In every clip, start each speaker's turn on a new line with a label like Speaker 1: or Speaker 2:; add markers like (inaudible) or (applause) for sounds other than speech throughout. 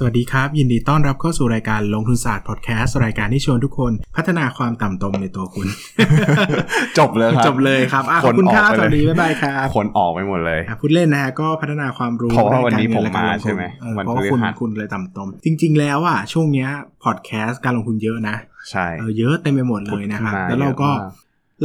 Speaker 1: สวัสดีครับ ยินดีต้อนรับเข้าสู่รายการลงทุนศาสตร์พอดแคสต์รายการที่ชวนทุกคนพัฒนาความต่ำตมในตัว
Speaker 2: (laughs)
Speaker 1: คุณ
Speaker 2: จบเลยครับ
Speaker 1: จบเลยครับอ่ะขอบคุณ
Speaker 2: ขนออก
Speaker 1: ค่า
Speaker 2: ไป
Speaker 1: สวัส
Speaker 2: เลย
Speaker 1: ดีบ๊ายบายครับ
Speaker 2: ขนออกไปหมดเลย
Speaker 1: อ่ะพูดเล่นนะฮะก็พัฒนาความรู้
Speaker 2: เพราะว่าวันนี้
Speaker 1: ด้กเงิ
Speaker 2: ผมมา
Speaker 1: และกลงทุน
Speaker 2: ใช่ไหม
Speaker 1: เออ
Speaker 2: วัน
Speaker 1: เพราะว่าคุณ
Speaker 2: พฤหัส
Speaker 1: คุณเลยต่ำตม จริง ๆ แล้วอ่ะช่วงเนี้ยพอดแคสต์การลงทุนเยอะนะ
Speaker 2: ใช่
Speaker 1: เออเยอะเต็มไปหมดเลยนะครับ
Speaker 2: ผลขึ้นมา
Speaker 1: แล้วเราก็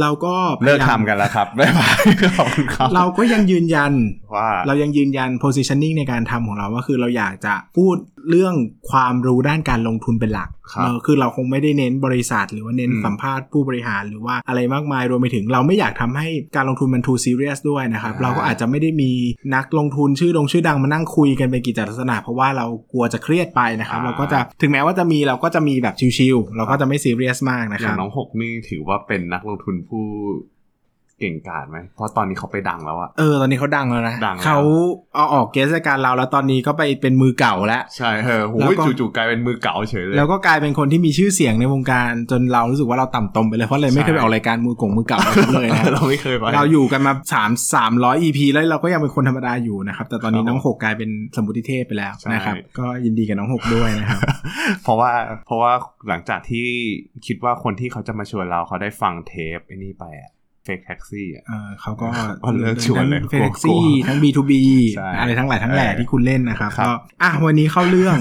Speaker 2: เยอะมาก
Speaker 1: เราก็
Speaker 2: เลิกทำกันแล้วครับ (laughs) บ๊ายบายขอบคุณครับ
Speaker 1: เราก็ยังยืนยัน
Speaker 2: ว่า
Speaker 1: เรายังยืนยัน positioning ในการทำของเราก็คือเราอยากจะพูดเรื่องความรู้ด้านการลงทุนเป็นหลัก
Speaker 2: ครับ
Speaker 1: เออคือเราคงไม่ได้เน้นบริษัท หรือว่าเน้น
Speaker 2: อืม
Speaker 1: สัมภาษณ์ผู้บริหารหรือว่าอะไรมากมายรวมไปถึง เราไม่อยากทำให้การลงทุนมัน too serious ด้วยนะครับ
Speaker 2: อ่า
Speaker 1: เราก็อาจจะไม่ได้มีนักลงทุนชื่อดงชื่อดังมานั่งคุยกันเป็นกิจลักษณะ เพราะว่าเรากลัวจะเครียดไปนะครับ เราก็จะถึงแม้ว่าจะมีเราก็จะมีแบบชิลๆเราก็จะไม่ serious มากนะ
Speaker 2: อ
Speaker 1: ค
Speaker 2: ย่า
Speaker 1: รั
Speaker 2: ง
Speaker 1: บ
Speaker 2: น้องหกนี่ถือว่าเป็นนักลงทุนผู้เก่งกาจไหมเพราะตอนนี้เขาไปดังแล้วอะ
Speaker 1: เออตอนนี้เขาดังแล้วนะ
Speaker 2: ดังแล้ว
Speaker 1: เขาเอาออกเกสรายการเราแล้วตอนนี้ก็ไปเป็นมือเก่าแล้ว
Speaker 2: ใช่เออโห
Speaker 1: แล้วก็
Speaker 2: จู่ๆกลายเป็นมือเก่าเฉยเลย
Speaker 1: แล้วก็กลายเป็นคนที่มีชื่อเสียงในวงการจนเรารู้สึกว่าเราต่ำตมไปเลยเพราะเลยไม่
Speaker 2: ใช่
Speaker 1: เคยไปออกรายการมือกงมือเก่าเลยนะ
Speaker 2: (laughs) เราไม่เคยไป
Speaker 1: เราอยู่กันมาสามสามร้อย EP แล้วเราก็ยังเป็นคนธรรมดาอยู่นะครับ แต่ตอนนี้
Speaker 2: ครับ
Speaker 1: น้องหกกลายเป็นสมุติเทพไปแล้ว
Speaker 2: ใช่
Speaker 1: นะครับ ก็ยินดีกับน้องหกด้วย
Speaker 2: (laughs)
Speaker 1: นะครับ
Speaker 2: เพราะว่าเพราะว่าหลังจากที่คิดว่าคนที่เขาจะมาชวนเราเขาได้ฟังเทปไอ้นี่ไปอะเฟกแท็กซี่อะ
Speaker 1: เออเขาก็
Speaker 2: ก็เลิกชวนเลย
Speaker 1: ทั้ง
Speaker 2: กลัว
Speaker 1: Flex
Speaker 2: กลัว
Speaker 1: ทั้ง B2B
Speaker 2: ใช่
Speaker 1: อะไรทั้งหลายทั้งแหล่ที่คุณเล่นนะครับ
Speaker 2: ครับ
Speaker 1: ก็อ่ะวันนี้เข้าเรื่อง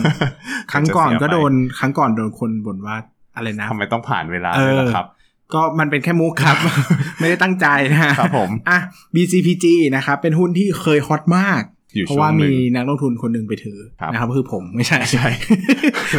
Speaker 1: ครั้งก่อน
Speaker 2: จะเสีย
Speaker 1: ก็
Speaker 2: ไป
Speaker 1: โดนครั้งก่อนโดนคนบ่นว่าอะไรนะ
Speaker 2: ทำไมต้องผ่านเวลาเลยล่ะครับ
Speaker 1: ก็มันเป็นแค่มุกครับ (laughs) ไม่ได้ตั้งใจนะฮะ
Speaker 2: ครับผม
Speaker 1: อ่ะ BCPG นะครับ เป็นหุ้นที่เคยฮอตมาก
Speaker 2: อยู่
Speaker 1: เพราะ
Speaker 2: ช่ว
Speaker 1: ว่าง
Speaker 2: ห
Speaker 1: มี
Speaker 2: นึ่ง
Speaker 1: นักลงทุนคนหนึ่งไปถือ
Speaker 2: ครับ
Speaker 1: นะครับก็คือผมไม่ใช่ใช่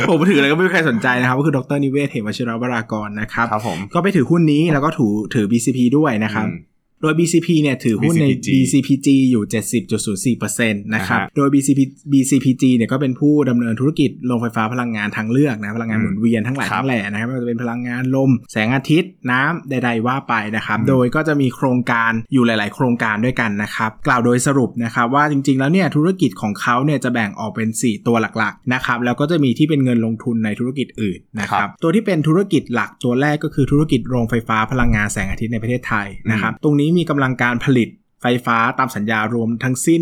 Speaker 1: (laughs) ผมถืออะไรก็ไม่มีใครสนใจนะครับ ก็คือดรนิเวศเหมวชิรวรากรนะครับ
Speaker 2: ครับผม
Speaker 1: ก็ไปถือหุ้นนี้แล้วก็ถือถือ BCP ด้วยนะครับ
Speaker 2: อืม
Speaker 1: โดย BCP เนี่ยถือหุ้นใน
Speaker 2: BCPG
Speaker 1: BCPG อยู่ 70.04%นะครับ
Speaker 2: อ่าฮะ
Speaker 1: โดย BCP BCPG เนี่ยก็เป็นผู้ดำเนินธุรกิจโรงไฟฟ้าพลังงานทางเลือกนะพลังงานห
Speaker 2: อืม
Speaker 1: มุนเวียนทั้งหลาย
Speaker 2: ครับ
Speaker 1: ทั้งแหล่นะครับไม่ว่าจะเป็นพลังงานลม แสงอาทิตย์น้ำใดๆว่าไปนะครับ
Speaker 2: อืม
Speaker 1: โดยก็จะมีโครงการอยู่หลาย ๆ โครงการด้วยกันนะครับ กล่าวโดยสรุปนะครับว่าจริง ๆ แล้วเนี่ยธุรกิจของเขาเนี่ยจะแบ่งออกเป็น 4 ตัวหลัก ๆ นะครับ แล้วก็จะมีที่เป็นเงินลงทุนในธุรกิจอื่นนะค
Speaker 2: ครั
Speaker 1: รับ
Speaker 2: บ
Speaker 1: ตัวที่เป็นธุรกิจหลักตัวแรกก็คือธุรกิจโรงไฟฟ้าพลังงานแสงอาทิตย์ในประเทศไทยนะครับ ตรงนี้มีกำลังการผลิตไฟฟ้าตามสัญญารวมทั้งสิ้น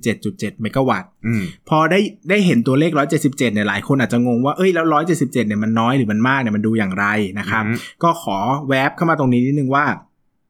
Speaker 1: 177.7 เมกะวัตต์
Speaker 2: อืม
Speaker 1: พอได้ได้เห็นตัวเลข 177 เนี่ยหลายคนอาจจะงงว่า เอ้ยแล้ว 177 เนี่ยมันน้อยหรือมันมากเนี่ยมันดูอย่างไรนะครับ
Speaker 2: อืม
Speaker 1: ก็ขอแวบเข้ามาตรงนี้นิดนึงว่า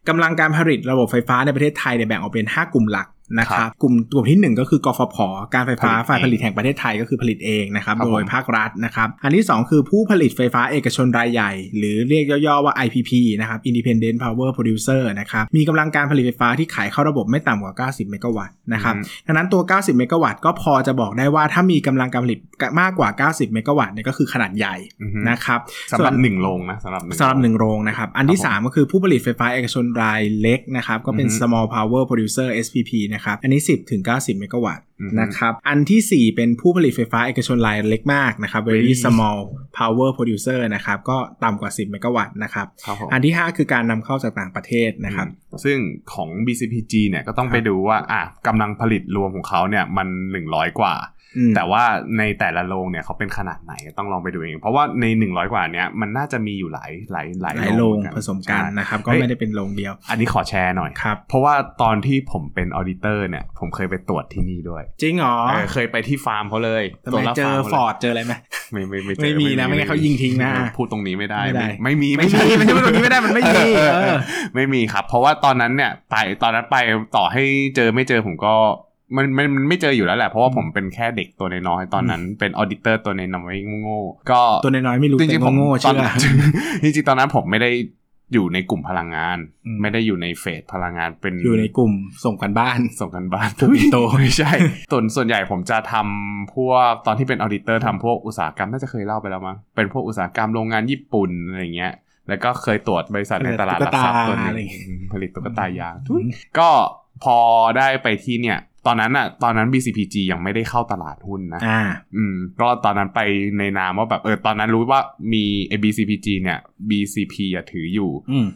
Speaker 1: กำลังการผลิตระบบไฟฟ้าในประเทศไทยเนี่ยแบ่งออกเป็น 5 กลุ่มหลักนะครับ กลุ่มกลุ่มที่ 1 ก็คือกฟผ การไฟฟ้า
Speaker 2: ผลิตเอง
Speaker 1: ฝ่ายผลิตแห่งประเทศไทยก็คือผลิตเองนะครับ
Speaker 2: ครับ
Speaker 1: โดย
Speaker 2: ผม
Speaker 1: ภาครัฐนะครับ อันที่ 2 คือผู้ผลิตไฟฟ้าเอกชนรายใหญ่ หรือเรียกย่อๆว่า IPP นะครับ Independent Power Producer นะครับมีกำลังการผลิตไฟฟ้าที่ขายเข้าระบบไม่ต่ำกว่า 90 เมกะวัตต์นะครับ ดังนั้นตัว 90 เมกะวัตต์ก็พอจะบอกได้ว่าถ้ามีกำลังการผลิตมากกว่า 90 เมกะวัตต์เนี่ยก็คือขนาดใหญ่
Speaker 2: อือฮึ
Speaker 1: นะครับ
Speaker 2: สำหรับ
Speaker 1: ส่ว
Speaker 2: หนึ่งโรงนะสำหรับหนึ่ง
Speaker 1: สำหรับหนึ่งโรงนะครับ อันที่
Speaker 2: ครับผม
Speaker 1: 3 ก็คือผู้ผลิตไฟฟ้าเอกชนรายเล็กนะครับ ก็เป็น
Speaker 2: อือฮึ
Speaker 1: small power producer SPP นะครับ อันนี้ 10 ถึง 90 เมกะวัตต์
Speaker 2: อือฮึ
Speaker 1: นะครับ อันทีสี่ 4 เป็นผู้ผลิตไฟฟ้าเอกชนรายเล็กมากนะครับ very
Speaker 2: Very
Speaker 1: small power producer นะครับ ก็ต่ำกว่า 10 เมกะวัตต์นะครับ
Speaker 2: ครับผม
Speaker 1: อันที่ 5 คือการนำเข้าจากต่างประเทศนะครับ
Speaker 2: อืมซึ่งของ BCPG เนี่ยก็ต้อง
Speaker 1: ครับ
Speaker 2: ไปดูว่าอ่ะกำลังผลิตรวมของเขาเนี่ยมัน 100 กว่า
Speaker 1: อืม
Speaker 2: แต่ว่าในแต่ละโรงเนี่ยเขาเป็นขนาดไหนต้องลองไปดูเอง เพราะว่าใน 100 กว่าเนี่ยมันน่าจะมีอยู่หลายหลายหลาย
Speaker 1: หลายโรง
Speaker 2: เหอ
Speaker 1: ผสมกัน
Speaker 2: ใช่
Speaker 1: นะครับ ก็ไม่ได้เป็นโรงเดียว
Speaker 2: อันนี้ขอแชร์หน่อย
Speaker 1: ครับ
Speaker 2: เพราะว่าตอนที่ผมเป็นออดิเตอร์เนี่ยผมเคยไปตรวจที่นี่ด้วย
Speaker 1: จริงเหรอ
Speaker 2: เออเคยไปที่ฟาร์มเขาเลย
Speaker 1: ทำ
Speaker 2: ตรว
Speaker 1: ไม
Speaker 2: จรับ
Speaker 1: เจ
Speaker 2: ฟา
Speaker 1: อ
Speaker 2: ร์มขาลย
Speaker 1: ฟอร์ดเจออะไรไหม
Speaker 2: ไม่ไม่ไม่เจอ
Speaker 1: ไม่มีนะไม่งั้นเขายิงทิ้งนะ
Speaker 2: พูดตรงนี้ไม่ได้
Speaker 1: ไม่ได้
Speaker 2: ไม่มี
Speaker 1: ไม่มีไม่ใช่พูดตรงนี้ไม่ได้มันไม่มี
Speaker 2: เออ
Speaker 1: เออ
Speaker 2: ไม่มีครับ เพราะว่าตอนนั้นเนี่ยไปตอนนั้นไปต่อให้เจอไม่เจอผมก็มันมันมันไม่เจออยู่แล้วแหละเพราะว่าผมเป็นแค่เด็กตัวน้อยๆตอนนั้นเป็นออดิเตอร์ตัวน้อยๆโง่ๆก็
Speaker 1: ตัวน้อยๆไม่รู้
Speaker 2: จ
Speaker 1: เป็
Speaker 2: ริ
Speaker 1: น
Speaker 2: งๆผม
Speaker 1: โง่ๆ
Speaker 2: ตอ
Speaker 1: เชื่
Speaker 2: น
Speaker 1: อ
Speaker 2: จริงๆตอนนั้นผมไม่ได้อยู่ในกลุ่มพลังงาน
Speaker 1: อืม
Speaker 2: ไม่ได้อยู่ในเฟสพลังงานเป็น
Speaker 1: อยู่ในกลุ่มส่งกันบ้าน
Speaker 2: ส่งกันบ้าน
Speaker 1: กลุ่มอินโต
Speaker 2: ไม่ใช่ส่วนส่วนใหญ่ผมจะทำพวกตอนที่เป็นออดิเตอร์ทำพวกอุตสาหกรรมน่าจะเคยเล่าไปแล้วมั้งเป็นพวกอุตสาหกรรมโรงงานญี่ปุ่นอะไรเงี้ย แล้วก็เคยตรวจบริษัทในตลาดหลักทรัพย์ตัวหนึ
Speaker 1: ตุ๊กตาอะไรอย่าง งเงี้ย
Speaker 2: ผลิตตุ๊กตายางทุย ก็พอได้ไปที่เนี่ย ตอนนั้นอะตอนนั้น BCPG ยังไม่ได้เข้าตลาดหุ้นนะ
Speaker 1: อ่า
Speaker 2: อืม ก็ตอนนั้นไปในนามว่าแบบเออตอนนั้นรู้ว่ามี BCPG เนี่ย BCP อะถืออยู่
Speaker 1: อืม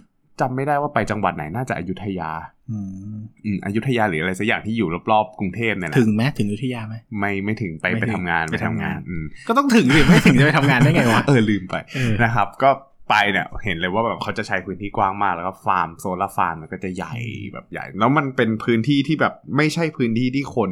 Speaker 2: จำไม่ได้ว่าไปจังหวัดไหนน่าจะอยุธยา
Speaker 1: อืม
Speaker 2: อืมอยุธยาหรืออะไรสักอย่างที่อยู่รอบๆกรุงเทพเนี่ยแหละ
Speaker 1: ถึงไหมถึงอยุธยาไหม
Speaker 2: ไม่ไม่ถึงไป
Speaker 1: ไม่
Speaker 2: ไป
Speaker 1: ถึง
Speaker 2: ทำงาน
Speaker 1: ไป
Speaker 2: ไป
Speaker 1: ทำงาง
Speaker 2: ทำาน นอืม
Speaker 1: ก็ต้องถึงสิไม่ถึงจะไปทำงานได้ไงวะ
Speaker 2: เออลืมไป
Speaker 1: เออ
Speaker 2: นะครับ ก็ ไปเนี่ยเห็นเลยว่าแบบเขาจะใช้พื้นที่กว้างมากแล้วก็ฟาร์มโซลาร์ฟาร์มมันก็จะใหญ่แบบใหญ่ แล้วมันเป็นพื้นที่ที่แบบไม่ใช่พื้นที่ที่คน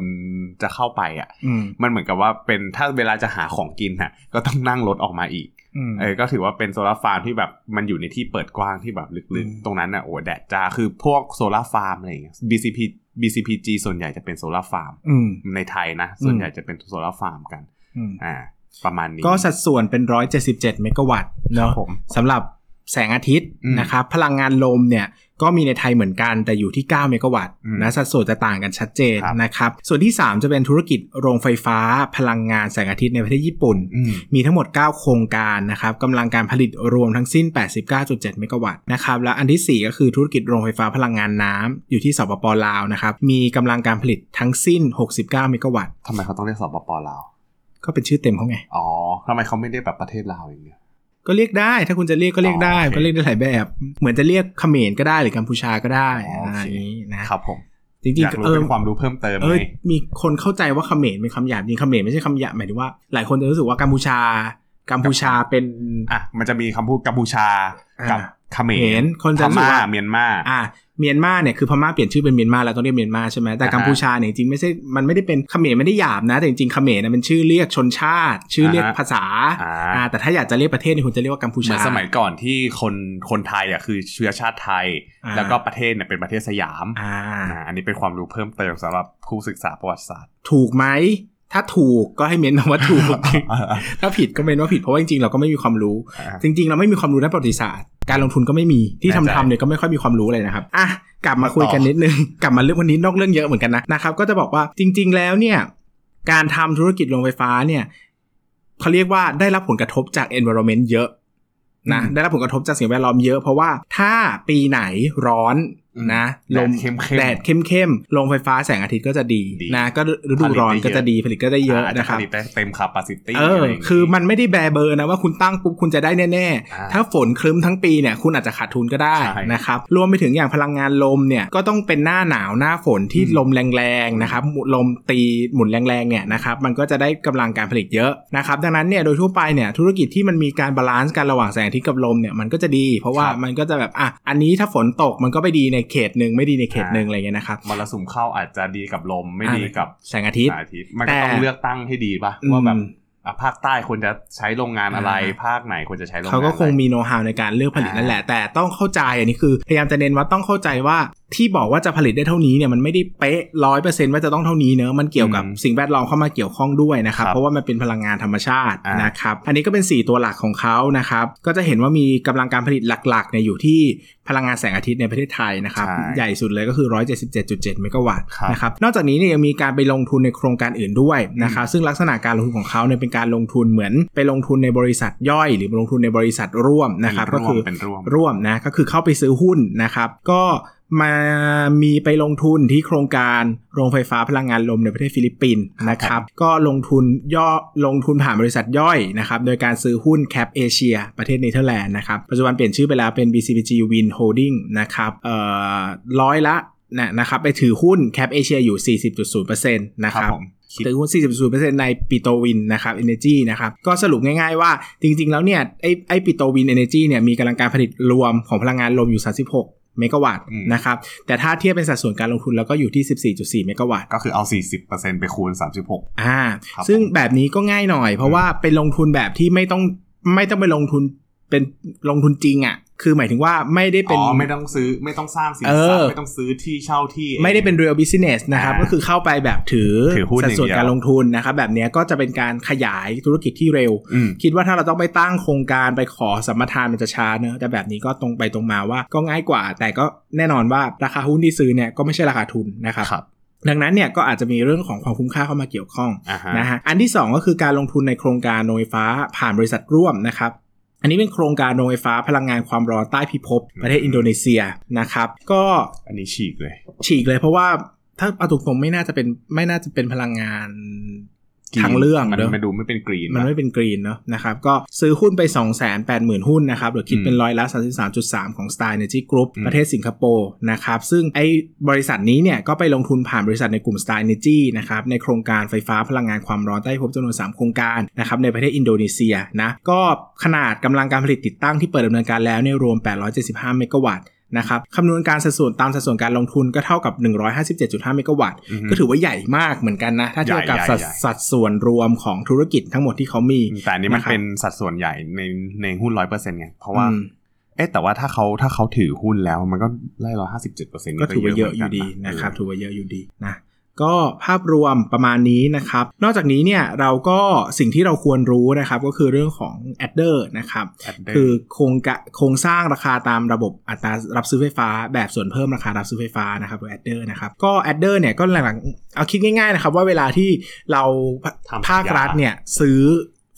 Speaker 2: จะเข้าไปอ่ะ
Speaker 1: อืม
Speaker 2: มันเหมือนกับว่าเป็นถ้าเวลาจะหาของกินน่ะก็ต้องนั่งรถออกมาอีก
Speaker 1: อืม
Speaker 2: เออก็ถือว่าเป็นโซลาร์ฟาร์มที่แบบมันอยู่ในที่เปิดกว้างที่แบบลึก
Speaker 1: อืม
Speaker 2: ๆ ตรงนั้นน่ะโอ้แดดจ้าคือพวกโซลาร์ฟาร์มอะไรอย่างเงี้ย BCP BCPG ส่วนใหญ่จะเป็นโซลาร์ฟาร์ม
Speaker 1: อืม
Speaker 2: ในไทยนะ
Speaker 1: อืม
Speaker 2: ส่วนใหญ่จะเป็นโซลาร์ฟาร์มกัน
Speaker 1: อืม
Speaker 2: อ่า ประมาณนี้
Speaker 1: ก็สัดส่วนเป็น 177 เมกะวัตต์
Speaker 2: ครั
Speaker 1: เนาะ
Speaker 2: บผม
Speaker 1: สำหรับแสงอาทิตย์
Speaker 2: อืม
Speaker 1: นะครับพลังงานลมเนี่ยก็มีในไทยเหมือนกันแต่อยู่ที่ 9 เมกะวัตต์
Speaker 2: อืม
Speaker 1: นะสัดส่วนจะต่างกันชัดเจน
Speaker 2: ครับ
Speaker 1: นะครับ ส่วนที่ 3 จะเป็นธุรกิจโรงไฟฟ้าพลังงานแสงอาทิตย์ในประเทศญี่ปุ่น
Speaker 2: อืม
Speaker 1: มีทั้งหมด 9 โครงการนะครับกำลังการผลิตรวมทั้งสิ้น 89.7 เมกะวัตต์นะครับ และอันทีสี่4 ก็คือธุรกิจโรงไฟฟ้าพลังงานน้ำอยู่ที่สปปลาวนะครับ มีกำลังการผลิตทั้งสิ้น 69 เมกะวัตต์
Speaker 2: ทำไมเขาต้องเรียกสปปลาว
Speaker 1: ก็เป็นชื่อเต็มเขาไง
Speaker 2: อ๋อ ทำไมเขาไม่เรียกแบบประเทศลาวอย่างเดียว
Speaker 1: ก็เรียกได้ ถ้าคุณจะเรียกก็เรียกได้
Speaker 2: อ๋อโอเค
Speaker 1: ก็เรียกได้หลายแบบ เหมือนจะเรียกเขมรก็ได้หรือกัมพูชาก็ได้
Speaker 2: อ๋อ
Speaker 1: อะ
Speaker 2: โอ
Speaker 1: ไร
Speaker 2: เค
Speaker 1: นี้นะครับ
Speaker 2: ผม
Speaker 1: จริ
Speaker 2: อง ยาก
Speaker 1: ๆ
Speaker 2: รู้
Speaker 1: เออ
Speaker 2: เป็นความรู้เพิ่มเติม
Speaker 1: เอ
Speaker 2: ไหม
Speaker 1: อมีคนเข้าใจว่าเขมรเป็นคำหยาบจริงเขมรไม่ใช่คำหยาบหมายถึงว่า หลายคนจะรู้สึกว่ากัมพูชา กัมพูชาเป็น
Speaker 2: อ่ะ มันจะมีคำพูดกัมพูชา กับ
Speaker 1: อ่า
Speaker 2: เขม
Speaker 1: เขม
Speaker 2: ร
Speaker 1: รคน
Speaker 2: พ
Speaker 1: จะรู้สึก
Speaker 2: ม่า
Speaker 1: ว่า
Speaker 2: เมียนมา
Speaker 1: อ่ะเมียนมาเนี่ยคือพม่าเปลี่ยนชื่อเป็นเมียนมาแล้วต้องเรียกเมียนมาใช่ไหมแต่
Speaker 2: อ่าฮะ
Speaker 1: กัมพูชาเนี่ยจริงๆไม่ใช่มันไม่ได้เป็นเขมรไม่ได้หยาบนะ แต่จริงๆเขมรนะเป็นชื่อเรียกชนชาติ ชื่อเรียก
Speaker 2: อ่าฮะ
Speaker 1: ภาษา
Speaker 2: อ่า
Speaker 1: อ่าแต่ถ้าอยากจะเรียกประเทศเนี่ยคุณจะเรียกว่ากัมพู
Speaker 2: เหมื
Speaker 1: ชา
Speaker 2: อนสมัยก่อนที่คนคนไทยอ่ะคือเชื้อชาติไทย
Speaker 1: อ่า
Speaker 2: แล้วก็ประเทศเนี่ยเป็นประเทศสยาม
Speaker 1: อ่า
Speaker 2: อ่าอันนี้เป็นความรู้เพิ่มเติมสำหรับผู้ศึกษาประวัติศาสตร์
Speaker 1: ถูกไหม ถ้าถูกก็ให้เม้นมาว่าถูก
Speaker 2: (laughs) อ่า
Speaker 1: ถ้าผิดก็เม้นว่าผิดเพราะว่าจริงๆเราก็ไม่มีความรู้ จริงๆ เราไม่มีความรู้ด้านประวัติศาสตร์ การลงทุนก็ไม่มีที่ทำทำเนี่ยก็ไม่ค่อยมีความรู้อะไรนะครับอ่ะกลับมาคุยกันนิดนึง (laughs) กลับมาเรื่องวันนี้นอกเรื่องเยอะเหมือนกันนะนะครับ ก็จะบอกว่าจริง ๆ แล้วเนี่ยการทำธุรกิจโรงไฟฟ้าเนี่ยเขาเรียกว่าได้รับผลกระทบจาก environment เยอะนะได้รับผลกระทบจากสิ่งแวดล้อมเยอะ เพราะว่าถ้าปีไหนร้อนนะล
Speaker 2: แด
Speaker 1: ม
Speaker 2: ดเข้มๆ
Speaker 1: แดดเข้มๆ โรงไฟฟ้าแสงอาทิตย์ก็จะดี
Speaker 2: ดี
Speaker 1: นะ ก็ฤดูร้อน
Speaker 2: ผลิตได้เยอะ
Speaker 1: ก็จะดีผลิตก็ได้เยอะ
Speaker 2: าจจ
Speaker 1: นะครับ
Speaker 2: ผลิตได้เต็มคาปาซิตี้
Speaker 1: เออ คือมันไม่ได้แบร์เบอร์นะว่าคุณตั้งปุ๊บคุณจะได้แน่ๆ ถ้า
Speaker 2: ถ้า
Speaker 1: ฝนครึ้มทั้งปีเนี่ยคุณอาจจะขาดทุนก็ได้
Speaker 2: ใช่
Speaker 1: นะครับ รวมไปถึงอย่างพลังงานลมเนี่ยก็ต้องเป็นหน้าหนาวหน้าฝนที่
Speaker 2: อืม
Speaker 1: ลมแรงๆนะครับ ลมตีหมุนแรงๆเนี่ยนะครับ มันก็จะได้กำลังการผลิตเยอะนะครับ ดังนั้นเนี่ยโดยทั่วไปเนี่ยธุรกิจที่มันมีการบาลานซ์กันระหว่างแสงอาทิตย์กับลมเนี่ยมันก็จะดี เพราะว่ามันก็จะแบบอ่ะอันนี้ถ้าฝนตกมันก็ไปดีในเขตหนึ่งไม่ดีในเขตหนึ่งอะไรเงี้ยนะครับ
Speaker 2: มรสุมเข้าอาจจะดีกับลมไม่
Speaker 1: อ่า
Speaker 2: ดีกับ
Speaker 1: แสงอาทิตย์
Speaker 2: อาทิตย์มัน
Speaker 1: แต่
Speaker 2: ก็ต้องเลือกตั้งให้ดีป่ะว่าแบบ
Speaker 1: อืม
Speaker 2: อ่ะภาคใต้ควรจะใช้โรงงานอะไร
Speaker 1: อ่า
Speaker 2: ภาคไหนควรจะใช้โรงงาน
Speaker 1: เขาก็คง
Speaker 2: อะไร
Speaker 1: มีโน้ตฮาวในการเลือกผลิต
Speaker 2: อ่านั่
Speaker 1: นั่นแหละ แต่ต้องเข้าใจอันนี้คือ พยายามจะเน้นว่าต้องเข้าใจว่าที่บอกว่าจะผลิตได้เท่านี้เนี่ยมันไม่ได้เป๊ะร้อยเปอร์เซ็นต์ว่าจะต้องเท่านี้เนอะมันเกี่ยวกับ
Speaker 2: อืม
Speaker 1: สิ่งแวดล้อมเข้ามาเกี่ยวข้องด้วยนะครับ
Speaker 2: ครับ
Speaker 1: เพราะว่ามันเป็นพลังงานธรรมชาติ
Speaker 2: อ่าน
Speaker 1: นะครับ อันนี้ก็เป็น 4 ตัวหลักของเขานะครับ ก็จะเห็นว่ามีกำลังการผลิตหลักๆเนี่ยอยู่ที่พลังงานแสงอาทิตย์ในประเทศไทยนะครับ
Speaker 2: ใช่
Speaker 1: ใหญ่สุดเลยก็คือ 177.7 เมกะวัตต์
Speaker 2: ครับ
Speaker 1: นะครับนอกจากนี้เนี่ยยังมีการไปลงทุนในโครงการอื่นด้วยนะครับ ซึ่งลักษณะการลงทุนของเขาเนี่ยเป็นการลงทุนเหมือนไปลงทุนในบริษัทย่อย หรือลงทุนในบริษัทร่วมนะครับก็
Speaker 2: ร่วม
Speaker 1: คือ
Speaker 2: เป็นร่วม
Speaker 1: ร่วมนะก็คือเข้าไปซื้อหุ้นนะครับ ก็มามีไปลงทุนที่โครงการโรงไฟฟ้าพลังงานลมในประเทศฟิลิปปินส์นะครับ ก็ลงทุนย่อลงทุนผ่านบริษัทย่อยนะครับโดยการซื้อหุ้น Cap Asia ประเทศเนเธอร์แลนด์นะครับปัจจุบันเปลี่ยนชื่อไปแล้วเป็น BCPG Win Holding นะครับเอ่อร้อยละนะนะครับไปถือหุ้น Cap Asia อยู่ 40.0%นะค
Speaker 2: ครั
Speaker 1: รั
Speaker 2: บบ ผม
Speaker 1: ถือหุ้น40%ในปิโตวินนะครับ Energy นะครับ ก็สรุปง่ายๆว่าจริงๆ แล้วเนี่ย ไอ้ไอ้ปิโตวิน Energy เนี่ยมีกำลังการผลิตรวมของพลังงานลมอยู่ 36 เมกะวัตต์
Speaker 2: อืม
Speaker 1: นะครับ แต่ถ้าเทียบเป็นสัดส่วนการลงทุนแล้วก็อยู่ที่ 14.4 เมกะวัตต์
Speaker 2: ก็คือเอา 40%ไปคูณ 36
Speaker 1: อ่า
Speaker 2: ครับ
Speaker 1: ซึ่งแบบนี้ก็ง่ายหน่อย เพราะว่าเป็นลงทุนแบบที่ไม่ต้องไม่ต้องไปลงทุนเป็นลงทุนจริงอะ่ะ คือหมายถึงว่าไม่ได้เป็น
Speaker 2: อ๋อ ไม่ต้องซื้อไม่ต้องสร้างสิน
Speaker 1: เอ
Speaker 2: ทรัพ
Speaker 1: อ
Speaker 2: ย์ไม่ต้องซื้อที่เช่าที่
Speaker 1: ไม่ได้เป็น real business นะครับ
Speaker 2: อ่า
Speaker 1: ก็คือเข้าไปแบบถือ
Speaker 2: ถือหุ้น
Speaker 1: สัดส่วน
Speaker 2: อย่างเดียว
Speaker 1: การลงทุนนะครับแบบเนี้ยก็จะเป็นการขยายธุรกิจที่เร็ว
Speaker 2: อืม
Speaker 1: คิดว่าถ้าเราต้องไปตั้งโครงการไปขอสัมปทานมันจะช้าเนอะแต่แบบนี้ก็ตรงไปตรงมาว่าก็ง่ายกว่า แต่ก็แน่นอนว่าราคาหุ้นที่ซื้อเนี่ยก็ไม่ใช่ราคาทุนนะครับ
Speaker 2: ครับ
Speaker 1: ดังนั้นเนี่ยก็อาจจะมีเรื่องของความคุ้มค่าเข้ามาเกี่ยวข้อง
Speaker 2: อ่าฮะ
Speaker 1: นะฮะอันที่ 2 ก็คือการลงทุนในโครงการโรงไฟฟ้าผ่านบริษัทร่วมนะครับ อันนี้เป็นโครงการโรงไฟฟ้าพลังงานความร้อนใต้พิภพประเทศอินโดนีเซียนะครับก็
Speaker 2: อันนี้ฉีกเลย
Speaker 1: ฉีกเลยเพราะว่าถ้าเอาถูกตรงไม่น่าจะเป็นไม่น่าจะเป็นพลังงาน
Speaker 2: green
Speaker 1: ทั้งเรื่อง
Speaker 2: มัน
Speaker 1: เนอะ
Speaker 2: มันดูไม่เป็นกรีน
Speaker 1: มันไม่เป็นกรีนเนอะนะครับก็ซื้อหุ้นไป 2 8 0 0 0 0 หุ้นนะครับหรือคิดเป็นร้อยละ 33.3 ของ Star Energy Group ประเทศสิงคโปร์นะครับซึ่งไอ้บริษัทนี้เนี่ยก็ไปลงทุนผ่านบริษัทในกลุ่ม Star Energy นะครับในโครงการไฟฟ้าพลังงานความร้อนใต้พิภพจำนวน 3 โครงการนะครับในประเทศอินโดนีเซียนะก็ขนาดกำลังการผลิตติดตั้งที่เปิดดำเนินการแล้วเนี่ยรวม 875 เมกะวัตต์นะครับคำนวณการสัดส่วนตามสัดส่วนการลงทุนก็เท่ากับ 157.5 เมกะวัตต์
Speaker 2: ม
Speaker 1: ก็ถือว่าใหญ่มากเหมือนกันนะ ถ้าเทียบกับ
Speaker 2: ใหญ่
Speaker 1: สัด
Speaker 2: ใหญ่
Speaker 1: สัดส่วนรวมของธุรกิจทั้งหมดที่เขามี
Speaker 2: แต่อันนี้มัน
Speaker 1: นะครับ
Speaker 2: เป็นสัดส่วนใหญ่ในในหุ้นร้อยเปอร์เซ็นต์ไง เพราะว่า
Speaker 1: อืม
Speaker 2: เอ๊ะแต่ว่าถ้าเขาถ้าเขาถือหุ้นแล้วมันก็ไล่ร้อยห้าสิบเจ็ดเปอร์เซ็นต์
Speaker 1: ก็ถือว่าเยอะอยู่ดีนะครับถือว่าเยอะอยู่ดีนะก็ภาพรวมประมาณนี้นะครับ นอกจากนี้เนี่ยเราก็สิ่งที่เราควรรู้นะครับก็คือเรื่องของ adder นะครับ
Speaker 2: คื
Speaker 1: คือ อโครงกะโครงสร้างราคาตามระบบอัตรารับซื้อไฟฟ้า แบบส่วนเพิ่มราคารับซื้อไฟฟ้านะครับหรือ adder นะครับก็ adder เนี่ยก็หลังๆเอาคิดง่ายๆนะครับว่าเวลาที่เรา
Speaker 2: ทำสัญญา
Speaker 1: ภาครัฐเนี่ยซื้อ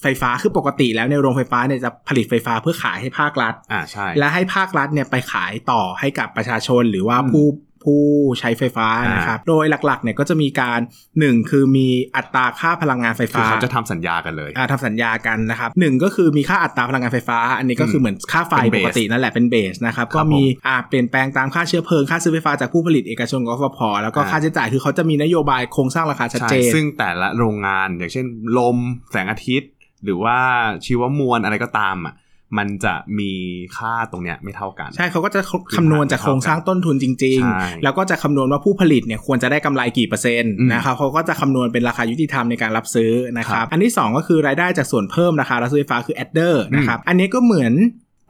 Speaker 1: ไฟฟ้าคือปกติแล้วในยโรงไฟฟ้าเนี่ยจะผลิตไฟฟ้าเพื่อขายให้ภาครัฐ
Speaker 2: อ่าใช่
Speaker 1: และให้ภาครัฐเนี่ยไปขายต่อให้กับประชาชนหรือว่า
Speaker 2: อืม
Speaker 1: ผู้ผู้ใช้ไฟฟ้า
Speaker 2: อ่าน
Speaker 1: นะครับ โดยหลักๆเนี่ยก็จะมีการหนึ่งคือมีอัตราค่าพลังงานไฟ
Speaker 2: คือ
Speaker 1: ฟ้า
Speaker 2: เขาจะทำสัญญากันเลย
Speaker 1: อ่าทำสัญญากันนะครับหนึ่งก็คือมีค่าอัตราพลังงานไฟฟ้า อันนี้ก็คือเหมือนค่าไฟ
Speaker 2: เป็น
Speaker 1: ป
Speaker 2: base
Speaker 1: กตินั่นแหละเป็นเบสนะครับก็มีอ่าเปลี่ยนแปลงตามค่าเชื้อเพลิง ค่าซื้อไฟฟ้าจากผู้ผลิตเอกชนกฟผแล้วก็
Speaker 2: อ่า
Speaker 1: ค่าใช้จ่ายคือเขาจะมีนโยบายโครงสร้างราคาชัด
Speaker 2: ใช่
Speaker 1: เจน
Speaker 2: ซึ่งแต่ละโรงงานอย่างเช่น ลมแสงอาทิตย์ หรือว่าชีวมวลอะไรก็ตามอ่ะมันจะมีค่าตรงเนี้ยไม่เท่ากัน
Speaker 1: ใช่เขาก็จะคำนวณจากโครงสร้างต้นทุนจริง
Speaker 2: ใช่
Speaker 1: ๆ แล้วก็จะคำนวณว่าผู้ผลิตเนี่ยควรจะได้กำไรกี่เปอร์เซ็นต์
Speaker 2: อืม
Speaker 1: นะครับเขาก็จะคำนวณเป็นราคายุติธรรมในการรับซื้อนะค
Speaker 2: ครั
Speaker 1: รับบ อันที่สองก็คือรายได้จากส่วนเพิ่มราคารับซื้อไฟฟ้าคือ adder นะครับอันนี้ก็เหมือน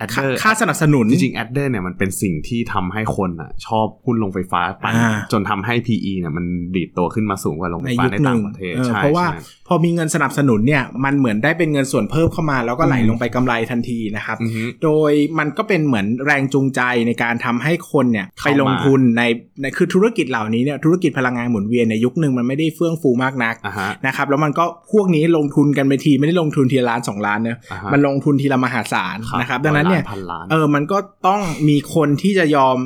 Speaker 2: adder
Speaker 1: ค่าสนับสนุน
Speaker 2: จริงๆแอดเดอร์เนี่ยมันเป็นสิ่งที่ทำให้คนอ่ะชอบหุ้นลงไฟฟ้าปั่น
Speaker 1: อ่า
Speaker 2: จนทำให้ PE เนี่ยมันดีดตัวขึ้นมาสูงกว่าลงไฟ
Speaker 1: ใน
Speaker 2: ฟ้า
Speaker 1: ยุค
Speaker 2: ใน
Speaker 1: ห
Speaker 2: ต่า
Speaker 1: นึ่
Speaker 2: ง
Speaker 1: ง
Speaker 2: ประเทศ
Speaker 1: เออ
Speaker 2: ใช่
Speaker 1: เพราะว่า
Speaker 2: ใช่
Speaker 1: พอมีเงินสนับสนุนเนี่ยมันเหมือนได้เป็นเงินส่วนเพิ่มเข้ามา แล้วก็ไหลลงไปกำไรทันทีนะครับ
Speaker 2: อือฮึ
Speaker 1: โดยมันก็เป็นเหมือนแรงจูงใจในการทำให้คนเนี่ยไปล
Speaker 2: เข้ามา
Speaker 1: งทุนในในคือธุรกิจเหล่านี้เนี่ยธุรกิจพลังงานหมุนเวียนในยุคหนึ่งมันไม่ได้เฟื่องฟูมากนัก
Speaker 2: อ่าฮะ
Speaker 1: นะครับแล้วมันก็พวกนี้ลงทุนกันไปทีไม่ได้ลงทุนทีละล้านสองล้านเนอะ
Speaker 2: อ่าฮะ
Speaker 1: มันลงทุนทีละมหาศาลนะครับดังนั้นเนี่ย
Speaker 2: ร้อล้าพันล้าน
Speaker 1: เออ มันก็ต้องมีคนที่จะยอม